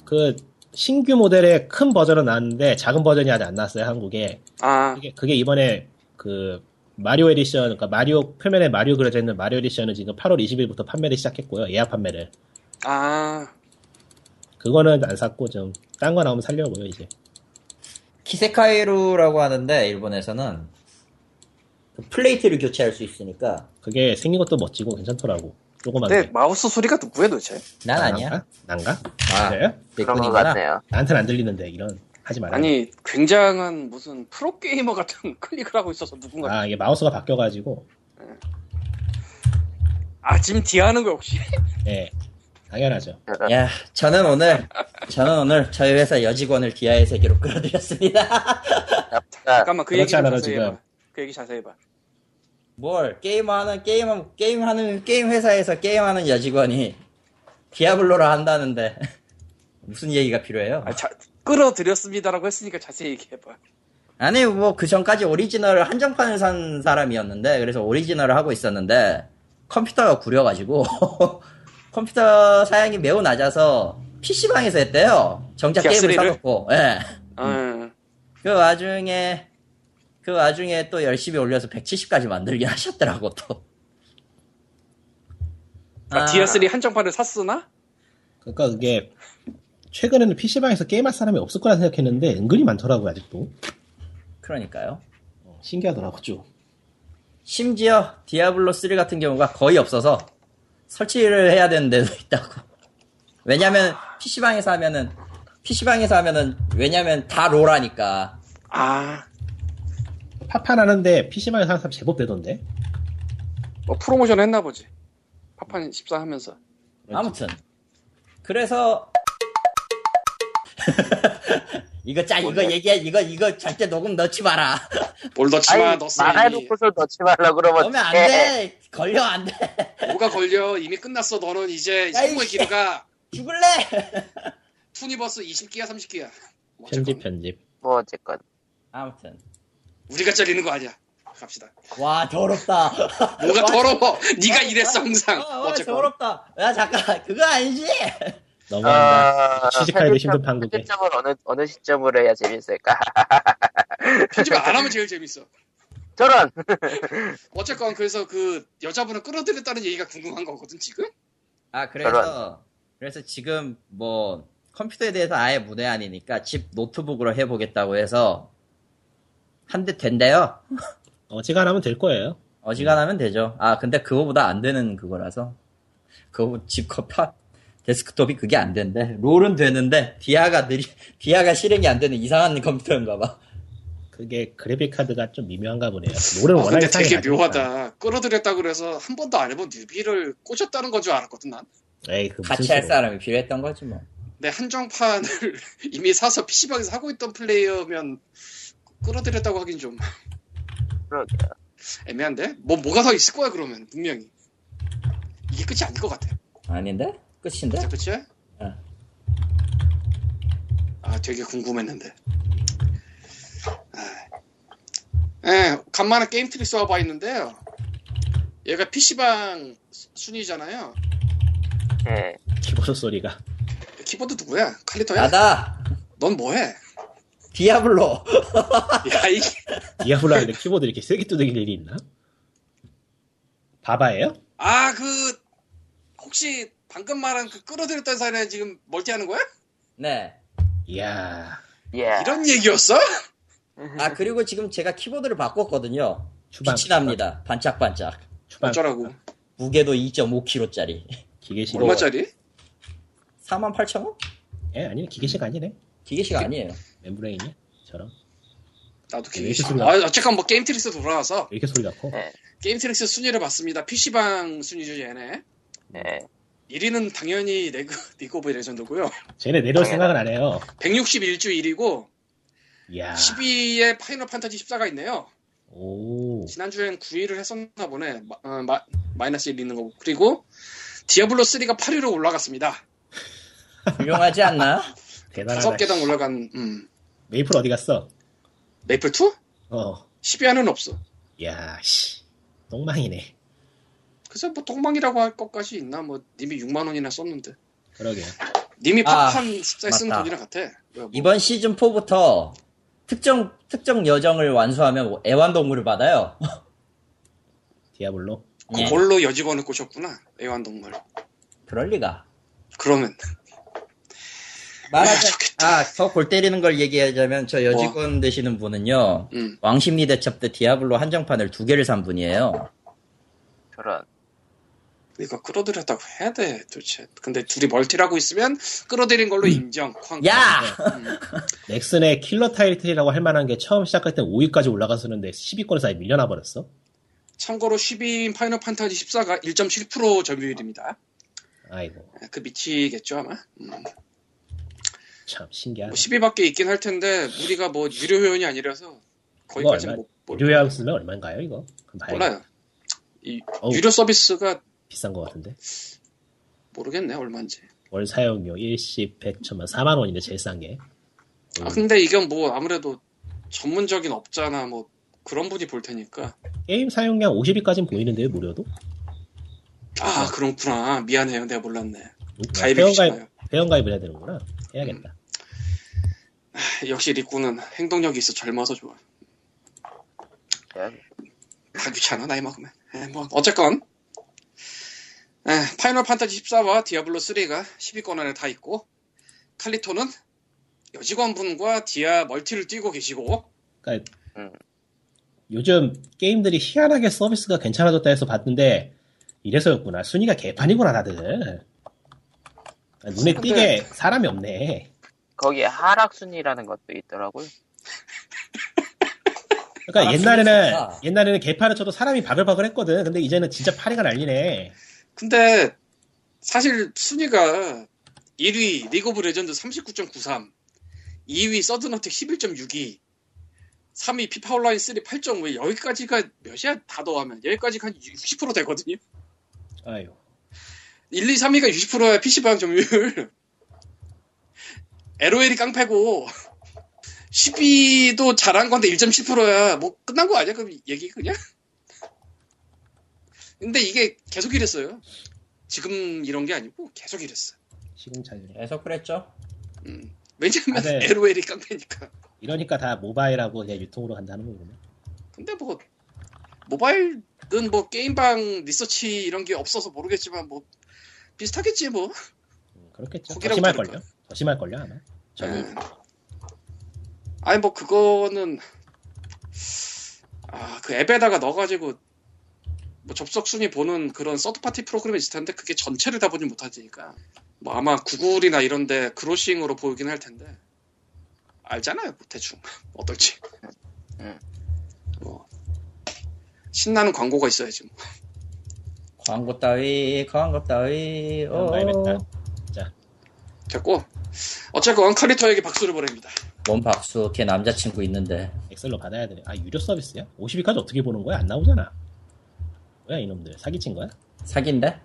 그 신규 모델의 큰 버전은 나왔는데 작은 버전이 아직 안 나왔어요 한국에. 아 그게, 그게 이번에 그 마리오 에디션, 그러니까 마리오 표면에 마리오 그려져 있는 마리오 에디션은 지금 8월 20일부터 판매를 시작했고요 예약 판매를. 아, 그거는 안 샀고 좀 딴 거 나오면 살려고요 이제. 키세카이루라고 하는데 일본에서는 그 플레이트를 교체할 수 있으니까. 그게 생긴 것도 멋지고 괜찮더라고. 조그만. 근데 게. 마우스 소리가 누구야 도대체? 난 아니야. 난가? 난가? 아, 그래요? 그런 것 니꾸니구나. 같네요. 나한텐 안 들리는데 이런 하지 말아요. 아니 굉장한 무슨 프로게이머 같은 클릭을 하고 있어서 누군가 아 이게 마우스가 바뀌어가지고 아 지금 디하는 거 혹시? 예 당연하죠. 저런. 야, 저는 오늘, 저는 오늘 저희 회사 여직원을 기아의 세계로 끌어들였습니다. 아, 잠깐만 그 그렇지 얘기 좀 않아요, 자세히 지금. 해봐 그 얘기 자세히 해봐 뭘, 게임하는, 게임하는, 게임하는, 게임 회사에서 게임하는 여직원이 디아블로를 한다는데, 무슨 얘기가 필요해요? 아, 자, 끌어들였습니다라고 했으니까 자세히 얘기해봐 아니, 뭐, 그 전까지 오리지널을 한정판을 산 사람이었는데, 그래서 오리지널을 하고 있었는데, 컴퓨터가 구려가지고, 컴퓨터 사양이 매우 낮아서, PC방에서 했대요. 정작 기아 게임을 쓰리를? 음. 사놓고, 예. 음. 그 와중에 그 그 와중에 또 열심히 올려서 170까지 만들게 하셨더라고 또. 아, 디아3 한정판을 샀으나? 그러니까 그게 최근에는 PC방에서 게임할 사람이 없을 거라 생각했는데 은근히 많더라고요 아직도 그러니까요. 신기하더라고 좀 심지어 디아블로 3 같은 경우가 거의 없어서 설치를 해야 되는 데도 있다고. 왜냐면 PC방에서 하면은 PC방에서 하면은 왜냐면 다 로라니까. 아, 파판 하는데 PC방에서 하는 사람 제법 되던데 뭐 프로모션 했나 보지. 파판 14 하면서. 아무튼 그래서 이거 짜 이거 얘기해 이거 이거 절대 녹음 넣지 마라. 뭘 넣지 마, 넣었으니. 그- 말해놓고서 넣지 말라 그러면 넣으면 안 어떡해. 돼. 걸려 안 돼. 뭐가 걸려? 이미 끝났어. 너는 이제 야, 이 성공의 씨. 기로가 죽을래. 투니버스 20기야, 30기야. 뭐 편집 어쨌건 편집 뭐 어쨌건 아무튼 우리가 잘리는 거 아니야. 갑시다. 와 더럽다. 뭐가 아, 더러워? 네가 이랬어 항상. 와, 와 어쨌건 더럽다. 야 잠깐 그거 아니지? 넘어간다 아, 취직하기도 힘든 판국에 편집점은 어느 어느 시점으로 해야 재밌을까? 편집 안 하면 제일 재밌어. 저런 어쨌건 그래서 그 여자분을 끌어들였다는 얘기가 궁금한 거거든 지금. 아 그래서 그래서 지금 뭐 컴퓨터에 대해서 아예 문외한이니까 집 노트북으로 해보겠다고 해서 한 대 된대요. 어지간하면 될 거예요 어지간하면 되죠. 아 근데 그거보다 안 되는 그거라서 그거 집 컴퓨터 데스크톱이 그게 안 된대. 롤은 되는데 디아가 느리 디아가 실행이 안 되는 이상한 컴퓨터인가봐. 그게 그래픽 카드가 좀 미묘한가 보네요 롤은 아, 어, 워낙 근데 상이 되게 낮으니까. 묘하다. 끌어들였다 그래서 한 번도 안 해본 뉴비를 꽂았다는 건 줄 알았거든 난. 에이 그 무슨 같이 할 소리야. 사람이 필요했던 거지 뭐. 내 한정판을 이미 사서 PC방에서 하고 있던 플레이어면 끌어들였다고 하긴 좀 그러게요. 애매한데? 뭐 뭐가 더 있을 거야 그러면 분명히. 이게 끝이 아닐 것 같아. 아닌데? 끝인데? 진짜 끝이야? 응. 아 되게 궁금했는데. 아. 예, 간만에 게임 트릭스 와봐 있는데요. 얘가 PC방 순위잖아요. 예. 키보드 소리가 키보드 누구야? 칼리터야? 나다 넌 뭐해? 디아블로. 야, 이게 디아블로 하는데 키보드 이렇게 세게 두드릴 일이 있나? 바바예요? 아, 그 혹시 방금 말한 그 끌어들였던 사람이 지금 멀티하는 거야? 네. 이야 예. 이런 얘기였어? 아 그리고 지금 제가 키보드를 바꿨거든요. 추방 빛이 납니다. 반짝반짝. 추방 어쩌라고? 무게도 2.5kg짜리. 기계식 얼마짜리? 48,000원? 에 예, 아니네 기계식 아니네 기계식 아니에요. 멤브레인이 저런 나도 왜 이렇게 기계식. 소리가- 아, 어쨌건 뭐 게임 트릭스 돌아와서 왜 이렇게 소리가 커? 네. 게임 트릭스 순위를 봤습니다. PC방 순위죠, 얘네. 예. 1위는 당연히 레그, 리그 오브 레전드고요. 쟤네 내려올 생각은 안 해요 161주 1위고 아. 이야 12위에 파이널 판타지 14가 있네요. 오 지난주엔 9위를 했었나 보네. 마, 어, 마, 마이너스 1 있는 거고. 그리고 디아블로 3가 8위로 올라갔습니다. 훌륭하지 않나? 다섯 네, 대단하다 계단 올라간 음. 메이플 어디 갔어? 메이플 2? 어 10위 안은 없어. 이야 씨 똥망이네 그래서 뭐 동방이라고 할 것까지 있나? 뭐 님이 6만 원이나 썼는데. 그러게요 님이 아, 팝판 14에 쓰는 맞다. 돈이나 같아. 뭐야, 뭐. 이번 시즌 4부터 특정 특정 여정을 완수하면 애완동물을 받아요. 디아블로 예. 그걸로 여직원을 꼬셨구나. 애완동물. 그럴 리가. 그러면 말하자. 그- 아더 골 때리는 걸 얘기하자면 저 여직원 뭐? 되시는 분은요. 음. 왕십리 대첩 때 디아블로 한정판을 두 개를 산 분이에요. 저런. 이거 끌어들였다고 해야 돼 도대체. 근데 둘이 멀티라고 있으면 끌어들인 음. 걸로 인정. 쾅. 야! 넥슨의 킬러 타이틀이라고 할 만한 게 처음 시작할 때 5위까지 올라갔었는데 10위권 사이 밀려나 버렸어 참고로 10위인 파이널 판타지 14가 1.7% 점유율입니다. 아이고 그 미치겠죠 아마. 음. 참 신기하다 뭐 10위밖에 있긴 할 텐데 우리가 뭐 유료 회원이 아니라서 이거 거기까지는 얼마 못 볼- 유료약 쓰면 얼마인가요 이거? 그럼 봐야겠다. 몰라요. 이 어우. 유료 서비스가 비싼 것 같은데 모르겠네 얼마인지. 월 사용료 일시 100, 1000만 4만 원인데 제일 싼게 음. 아, 근데 이건 뭐 아무래도 전문적인 업자나 뭐 그런 분이 볼 테니까. 게임 사용량 50위까지는 보이는데요 무료도? 음, 아 그렇구나. 미안해요. 내가 몰랐네. 회원가입 가입이시나요? 음. 회원가입을 해야 되는구나 해야겠다 역시 리꾸는 행동력이 있어 젊어서 좋아. 돼요. 다 귀찮아 나이 먹으면 에, 뭐 어쨌건 에, 파이널 판타지 14와 디아블로 3가 10위권 안에 다 있고 칼리토는 여직원분과 디아 멀티를 뛰고 계시고 그러니까 음. 요즘 게임들이 희한하게 서비스가 괜찮아졌다 해서 봤는데 이래서였구나 순위가 개판이구나 다들 아, 눈에 근데- 띄게 사람이 없네 거기에 하락순위라는 것도 있더라고요. 예, 그러니까 아, 옛날에는 진짜. 옛날에는 개판을 쳐도 사람이 바글바글 했거든 근데 이제는 진짜 파리가 날리네 근데 사실 순위가 1위 리그 오브 레전드 39.93 2위 서든어택 11.62 3위 피파 온라인 3 8.5 여기까지가 몇이야 다 더하면 여기까지가 한 60% 되거든요 아유 1, 2, 3위가 60%야 PC방 점유율 LOL이 깡패고 10위도 잘한 건데 1.7%야 뭐 끝난 거 아니야 그럼 얘기 그냥? 근데 이게 계속 이랬어요 지금 이런 게 아니고 계속 이랬어 지금 잘 계속 그랬죠? 음. 왜냐면 아, 네. LOL이 깡패니까 이러니까 다 모바일하고 그냥 유통으로 간다는 거구나 근데 뭐 모바일은 뭐 게임방 리서치 이런 게 없어서 모르겠지만 뭐 비슷하겠지 뭐 음, 그렇겠죠 더 거기라고 심할걸요 더 심할걸요 아마 저기 예. 아니 뭐 그거는 아 그 앱에다가 넣어가지고 뭐 접속 순위 보는 그런 서드 파티 프로그램이 비슷한데 그게 전체를 다 보진 못하니까 뭐 아마 구글이나 이런데 그로싱으로 보이긴 할 텐데 알잖아요 뭐 대충 어떨지 음. 뭐 신나는 광고가 있어야지 뭐. 광고 따위, 광고 따위, 어. 오. 난감했다. 됐고 어쨌건 칼리터에게 박수를 보냅니다 뭔 박수, 걔 남자친구 있는데. 엑셀로 받아야 되네 아 유료 서비스야? 50위까지 어떻게 보는 거야? 안 나오잖아 뭐야 이놈들 사기친 거야? 사귄데?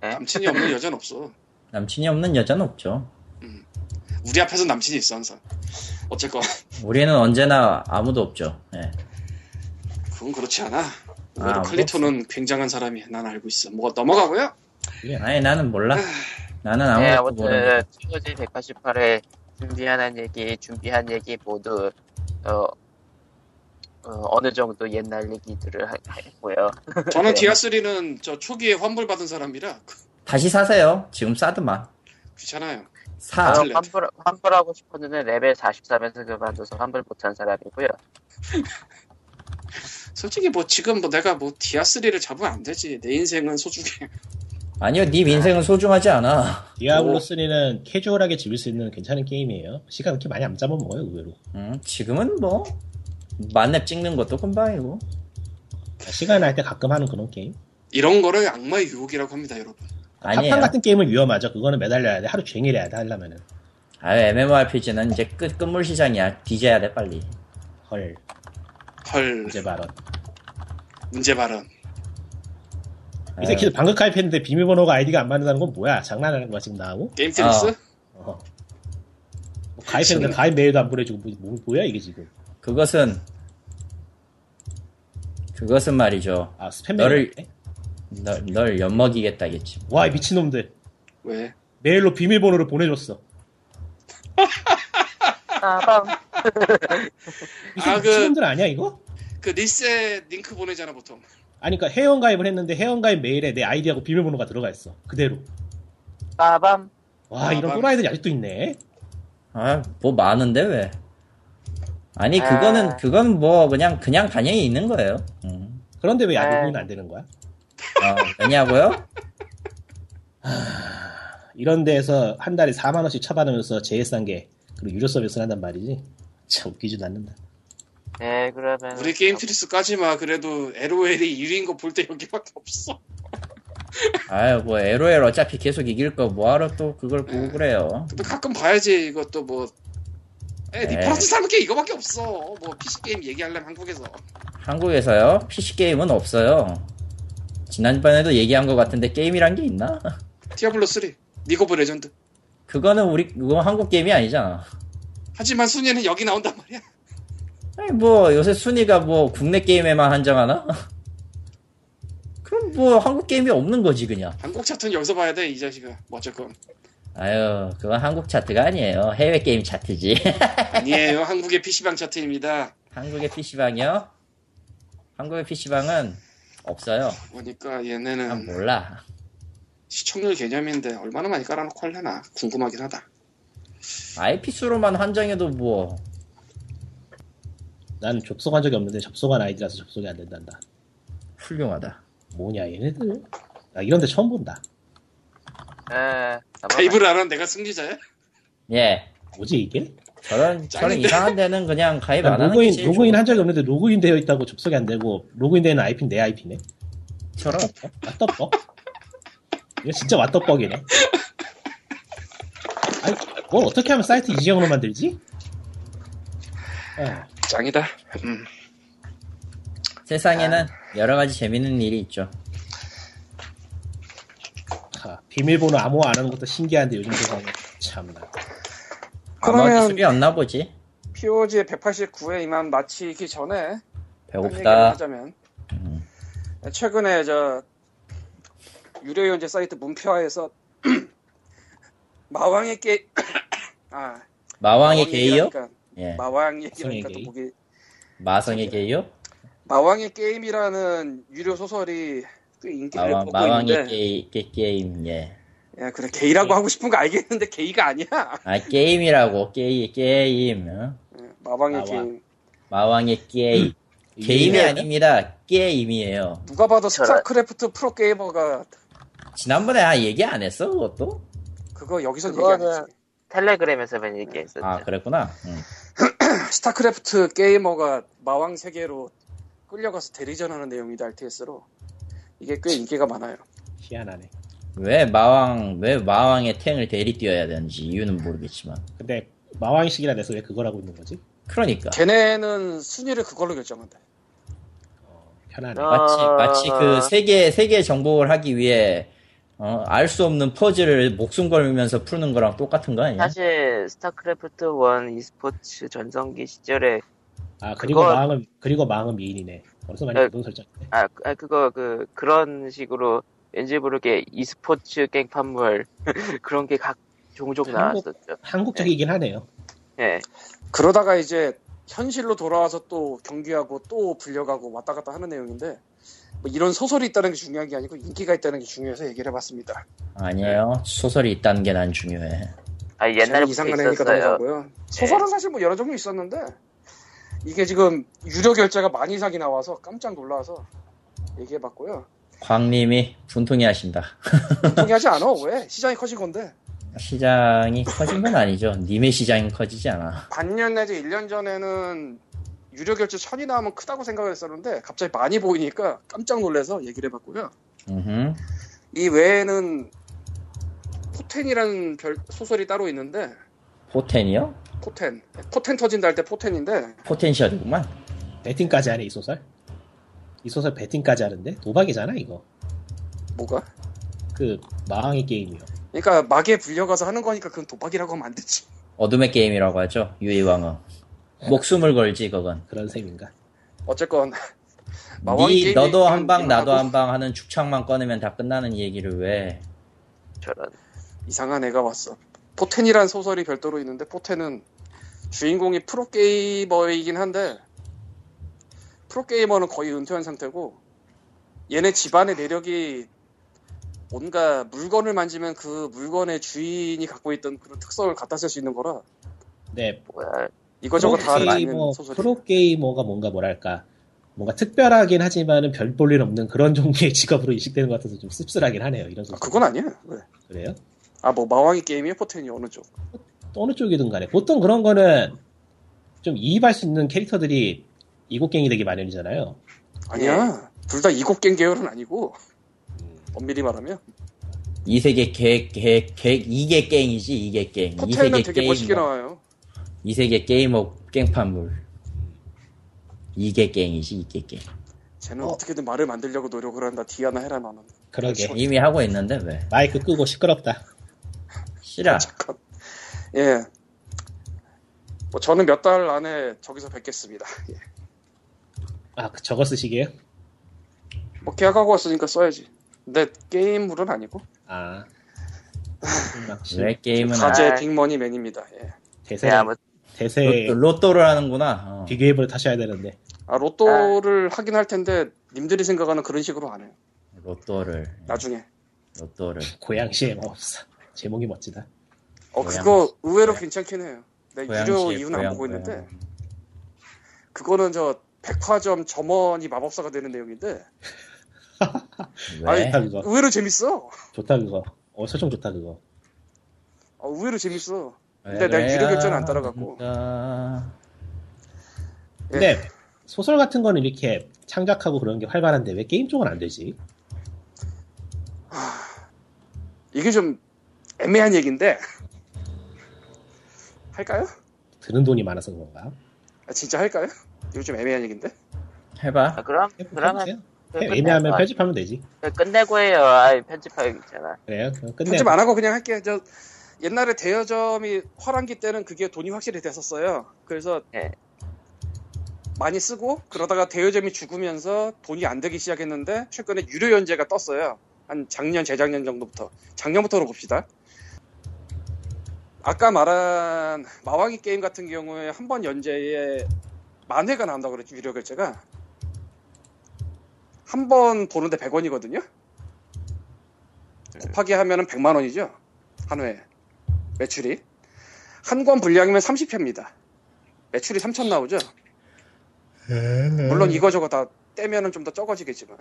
남친이 없는 여자는 없어 남친이 없는 여자는 없죠. 우리 앞에서 남친이 있어 항상 어쨌건 우리는 언제나 아무도 없죠. 예. 그건 그렇지 않아. 아, 아, 클리토는 굉장한 사람이야. 난 알고 있어. 뭐 넘어가고요. 아니, 나는 몰라. 나는 네, 아무것도 모르는 아무튼 TOG 188에 준비하는 얘기, 준비한 얘기 모두 어, 어, 느 정도 옛날 얘기들을 하- 했고요. 저는 네. 디아 3는 저 초기에 환불 받은 사람이라 그- 다시 사세요. 지금 싸드만. 귀찮아요. 어, 사. 찔레. 환불, 환불하고 싶었는데 레벨 43에서 그만둬서 환불 못한 사람이고요. 솔직히 뭐 지금 뭐 내가 뭐 디아 3를 잡으면 안 되지. 내 인생은 소중해. 아니요, 님 인생은 소중하지 않아. 오. 디아블로3는 캐주얼하게 즐길 수 있는 괜찮은 게임이에요. 시간 그렇게 많이 안 잡아먹어요, 의외로. 음, 지금은 뭐, 만렙 찍는 것도 금방이고. 아, 시간 날 때 가끔 하는 그런 게임. 이런 거를 악마의 유혹이라고 합니다, 여러분. 아니에요. 합판 같은 게임은 위험하죠. 그거는 매달려야 돼. 하루 종일 해야 돼, 하려면은. 아유, MMORPG는 이제 끝, 끝물 시장이야. 뒤져야 돼, 빨리. 헐, 헐 이제 발언. 문제 발언. 이 새끼들 아유, 방금 가입했는데 비밀번호가 아이디가 안 맞는다는 건 뭐야? 장난하는 거야, 지금 나하고? 게임 트릭스? 아. 어허. 뭐 가입했는데 가입 메일도 안 보내주고, 뭐, 뭐, 뭐야, 이게 지금. 그것은, 그것은 말이죠. 아, 스팸 메일. 너를- 같네? 널, 널 엿먹이겠다겠지. 와, 이 미친놈들. 왜? 메일로 비밀번호를 보내줬어. 빠밤. 이새 아, 그- 미친놈들 아니야, 이거? 그 리셋 링크 보내잖아 보통. 아니, 그러니까 회원 가입을 했는데 회원 가입 메일에 내 아이디하고 비밀번호가 들어가 있어. 그대로. 빠밤. 와 아, 이런 막- 또라이들이 아직도 있네. 아, 뭐 많은데 왜? 아니 아. 그거는 그건 뭐 그냥 그냥 당연히 있는 거예요. 음. 그런데 왜 아. 네. 야구는 안 되는 거야? 아, 왜냐고요? 이런 데에서 한 달에 4만 원씩 차받으면서 제일 싼 게 그리고 유료 서비스를 한단 말이지. 참 웃기지도 않는다. 네, 그러면 우리 게임 트릭스 까지마. 그래도 LOL이 1위인 거 볼 때 여기밖에 없어. 아유 뭐 LOL 어차피 계속 이길 거 뭐하러 또 그걸 보고 그래요. 근데 가끔 봐야지 이것도 뭐. 에, 니퍼런트 사는 게 이거밖에 없어. 뭐 PC 게임 얘기하려면 한국에서. 한국에서요 PC 게임은 없어요. 지난번에도 얘기한 것 같은데 게임이란 게 있나? 디아블로 3, 리그 오브 레전드. 그거는 우리 그거 한국 게임이 아니잖아. 하지만 순위는 여기 나온단 말이야. 아니 뭐 요새 순위가 뭐 국내 게임에만 한정하나? 그럼 뭐 한국 게임이 없는 거지 그냥. 한국 차트는 여기서 봐야 돼, 이 자식아. 뭐 어쨌건. 아유 그건 한국 차트가 아니에요. 해외 게임 차트지. 아니에요. 한국의 PC방 차트입니다. 한국의 PC방이요? 한국의 PC방은 없어요. 보니까 아, 얘네는 몰라. 시청률 개념인데 얼마나 많이 깔아놓고 할려나 궁금하긴 하다. IP 수로만 한정해도 뭐 난 접속한 적이 없는데 접속한 아이디라서 접속이 안 된단다. 훌륭하다. 뭐냐 얘네들? 나 이런데 처음 본다. 에, 가입을 안 한 내가 승리자야? 예. 뭐지 이게? 저런, 저런 짱인데? 이상한 데는 그냥 가입 안 난 하는 로그인 게 그러니까 제일 로그인 좋아. 한 적이 없는데 로그인 되어 있다고 접속이 안 되고 로그인 되는 IP는 내 IP네. 저런. 왓더뻑? 이거 진짜 왓더뻑이네. 아니 뭘 어떻게 하면 사이트 이 지형으로 만들지? 아, 짱이다. 음. 세상에는 여러 가지 재밌는 일이 있죠. 아, 비밀번호 암호화 안 하는 것도 신기한데 요즘 세상에 참나. 아마 그러면 기술이 없나 보지. POG 189회 이만 마치기 전에 한 얘기를 배고프다. 음. 하자면 최근에 저 유료 연재 사이트 문표화에서 마왕의 게 아, 마왕의 마왕 게이요? 얘기라니까- 예. 마왕 마성의 얘기라니까 또 게이. 보기 마성의 게이요? 마왕의 게임이라는 유료 소설이 꽤 인기를 마왕, 보고 마왕의 있는데 게이, 네. 게, 게임, 예. 예, 그래 게이라고 하고 싶은 거 알겠는데 게이가 아니야 아, 게임이라고. 게이, 게임. 어? 예, 마왕의 마왕. 게임 마왕의 음. 게임. 게임이 아닙니다. 게임이에요. 누가 봐도 저런. 스타크래프트 프로게이머가 지난번에 아, 얘기 안 했어? 그것도? 그거 여기서 얘기 안 그거는 했지 네. 텔레그램에서만 얘기했었죠. 아, 그랬구나. 응. 스타크래프트 게이머가 마왕 세계로 끌려가서 대리전하는 내용이다 RTS로 이게 꽤 인기가 많아요 희한하네. 왜 마왕, 왜 마왕의 탱을 대리 뛰어야 되는지 이유는 모르겠지만. 근데 마왕식이라 내서 왜 그걸 하고 있는 거지? 그러니까. 걔네는 순위를 그걸로 결정한다 편하네. 어. 마치, 마치 그 세계, 세계 정복을 하기 위해, 어, 알 수 없는 퍼즐을 목숨 걸면서 푸는 거랑 똑같은 거 아니야? 사실 스타크래프트 1 e스포츠 전성기 시절에 아 그리고 그거- 마왕은 그리고 마왕은 미인이네. 벌써 많이 네. 노동 설정이네. 아, 그- 아, 그거 그 그런 식으로 왠지 모르게 e스포츠 깽판물 그런 게 각 네. 종종 한국- 나왔었죠. 한국적이긴 하네요. 예. 그러다가 이제 현실로 돌아와서 또 경기하고 또 불려가고 왔다 갔다 하는 내용인데 뭐 이런 소설이 있다는 게 중요한 게 아니고 인기가 있다는 게 중요해서 얘기를 해봤습니다. 아니에요. 소설이 있다는 게 난 중요해. 아 저는 옛날부터 이상한 애니까 있었어요. 네. 넘어가고요. 소설은 사실 뭐 여러 종류 있었는데 이게 지금 유료 결제가 만 이상이 나와서 깜짝 놀라서 얘기해봤고요. 광님이 분통해 하신다. 동의하지 않아 왜? 시장이 커진 건데 시장이 커진 건 아니죠. 님의 시장이 커지지 않아. 반년 내지 1년 전에는 유료 결제 천이 나오면 크다고 생각했었는데 갑자기 많이 보이니까 깜짝 놀라서 얘기를 해봤고요. 음흠. 이 외에는 포텐이라는 별 소설이 따로 있는데 포텐이요? 포텐 포텐 터진다 할 때 포텐인데 포텐셜이구만. 배팅까지 하네 이 소설. 이 소설 배팅까지 하는데 도박이잖아 이거. 뭐가? 그 마왕의 게임이요. 그러니까 막에 불려가서 하는 거니까 그건 도박이라고 하면 안 되지 어둠의 게임이라고 하죠. 유이왕어. 목숨을 걸지 그건. 그런 셈인가. 어쨌건 마왕 니 게임이 너도 한 방 게임하고 나도 한 방 하는 축창만 꺼내면 다 끝나는 얘기를 왜? 저런. 이상한 애가 왔어 포텐이란 소설이 별도로 있는데 포텐은 주인공이 프로게이머이긴 한데 프로게이머는 거의 은퇴한 상태고 얘네 집안의 내력이 뭔가 물건을 만지면 그 물건의 주인이 갖고 있던 그런 특성을 갖다 쓸 수 있는 거라 근데 뭐야. 이거저거 다 프로게이머 만지는 소설이 프로게이머가 뭔가 뭐랄까 뭔가 특별하긴 하지만은 별 볼 일 없는 그런 종류의 직업으로 인식되는 것 같아서 좀 씁쓸하긴 하네요. 이런 아, 소설. 그건 아니야 왜? 그래요? 아 뭐 마왕의 게임이에요 포텐이 어느 쪽 또 어느 쪽이든 간에 보통 그런 거는 좀 이입할 수 있는 캐릭터들이 이국갱이 되기 마련이잖아요. 아니야 예. 둘 다 이국갱 계열은 아니고 음. 엄밀히 말하면 이 세계 개개개 이게 깽이지 이게 깽. 이 세계 포텐은 되게 멋있게 게임. 나와요 이 세계 게임업 깽판물. 이게 깽이지 이게 깽. 쟤는 어. 떻게든 말을 만들려고 노력을 한다 디아나 해라 나는 그러게 그렇죠. 이미 하고 있는데 왜? 마이크 끄고 시끄럽다. 싫어. 잠깐 예뭐 뭐 저는 몇 달 안에 저기서 뵙겠습니다 예. 아 그- 저거 쓰시게요? 뭐 계약하고 왔으니까 써야지 근데 게임물은 아니고 아 음, 그렇죠. 왜 게임은 안 가제 아이. 빅머니맨입니다 예. 대세 네, 아무 대세 로또, 로또를 하는구나. 어. 비교해보려 다시 해야 되는데 아, 로또를 하긴 할 텐데 님들이 생각하는 그런 식으로 안 해요. 로또를 나중에. 로또를 고양시의 마법사. 뭐 제목이 멋지다. 어 고양시. 그거 의외로 괜찮긴 해요. 내 유료 고양시의 이유는 안 고양, 보고 있는데 고양. 그거는 저 백화점 점원이 마법사가 되는 내용인데 왜? 아니, 좋다 뭐. 그거. 의외로 재밌어. 좋다 그거. 어 설정 좋다 그거. 어, 의외로 재밌어. 근데 내가 유료 결제는 안 따라갔고. 아, 근데 네. 소설 같은 거는 이렇게 창작하고 그런 게 활발한데 왜 게임 쪽은 안 되지? 이게 좀 애매한 얘기인데 할까요? 드는 돈이 많아서 그런가? 아, 진짜 할까요? 이거 좀 애매한 얘기인데 해봐. 아, 그럼 네, 그러면 해보세요. 그 해, 끝내고 애매하면 하- 편집하면 되지. 그 끝내고 해요. 아, 편집하기 있잖아. 그래요? 그럼 끝내. 편집 안 하고 그냥 할게요. 저 옛날에 대여점이 화랑기 때는 그게 돈이 확실히 됐었어요. 그래서 네. 많이 쓰고 그러다가 대여점이 죽으면서 돈이 안 되기 시작했는데 최근에 유료 연재가 떴어요. 한 작년 재작년 정도부터 작년부터로 봅시다. 아까 말한 마왕이 게임 같은 경우에 한 번 연재에 만회가 나온다 고 그랬죠 유료 결제가 한 번 보는데 100원이거든요. 곱하기 하면은 100만 원이죠. 한 회. 매출이. 한 권 분량이면 30회입니다. 매출이 3천 나오죠. 물론 이거저거 다 떼면은 좀 더 적어지겠지만.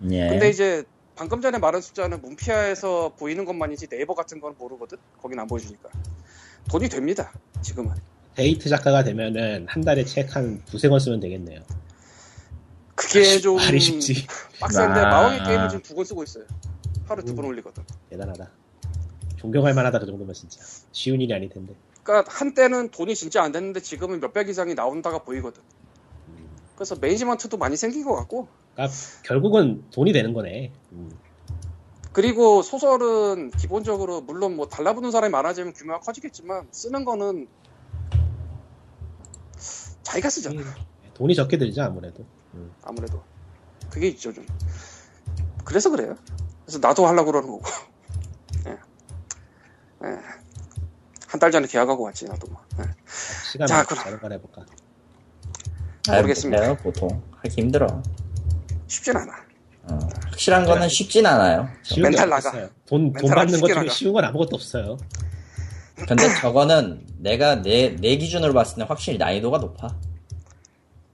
네. 예. 근데 이제 방금 전에 말한 숫자는 문피아에서 보이는 것만이지 네이버 같은 건 모르거든. 거긴 안 보여주니까. 돈이 됩니다. 지금은. 데이트 작가가 되면은 한 달에 책 한 두세 권 쓰면 되겠네요. 그게 좀 말이 쉽지. 빡센데 아. 마왕의 게임을 지금 두 권 쓰고 있어요. 하루 두 음. 번 올리거든. 대단하다. 존경할 만하다 그 정도면 진짜 쉬운 일이 아닐 텐데. 그러니까 한때는 돈이 진짜 안 됐는데 지금은 몇백 이상이 나온다가 보이거든. 그래서 매니지먼트도 많이 생긴 것 같고 그러니까 결국은 돈이 되는 거네. 음. 그리고 소설은 기본적으로 물론 뭐 달라붙는 사람이 많아지면 규모가 커지겠지만 쓰는 거는 자기가 쓰잖아 돈이 적게 들죠 아무래도. 아무래도 그게 있죠 좀 그래서 그래요 그래서 나도 하려고 그러는 거고 예. 한 달 전에 계약하고 왔지 나도 뭐. 예. 시간 자, 자, 그럼. 다른 걸 해볼까. 잘 모르겠습니다. 못해요, 보통 하기 힘들어. 쉽진 않아 어, 확실한 네. 거는 쉽진 않아요. 쉬운 게 멘탈 나가. 없어요. 돈, 돈 멘탈 받는 것 쉽게 중에 나가. 쉬운 건 아무것도 없어요. 근데 저거는 내가 내, 내 기준으로 봤을 때 확실히 난이도가 높아.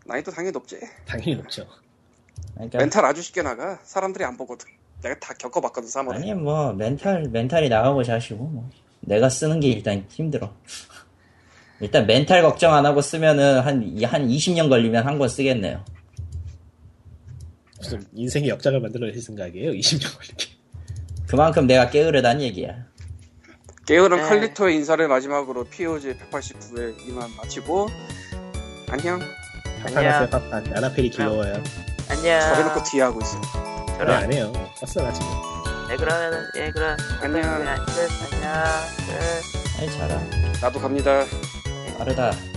난이도 당연히 높지 당연히 높죠. 네. 그러니까 멘탈 아주 쉽게 나가 사람들이 안 보거든 내가 다 겪어봤거든 3월에 아니 뭐 멘탈 멘탈이 나가고 자시고 뭐 내가 쓰는 게 일단 힘들어. 일단 멘탈 걱정 안 하고 쓰면은 한한 20년 걸리면 한 권 쓰겠네요. 무슨 인생의 역작을 만들어낼 생각이에요. 20년 걸리게. 그만큼 내가 게으르단 얘기야. 게으른 네. 칼리토의 인사를 마지막으로 POG 189회 이만 마치고 안녕 파파나스의 파파. 나나펠이 귀여워요. 안녕. 저래놓고 뒤에 하고 있어 네, 저런. 안 해요. 껐어, 나 지금. 네, 그러면은 예, 그럼 안녕. 끝, 안녕. 끝. 아이 잘아 나도 갑니다 빠르다.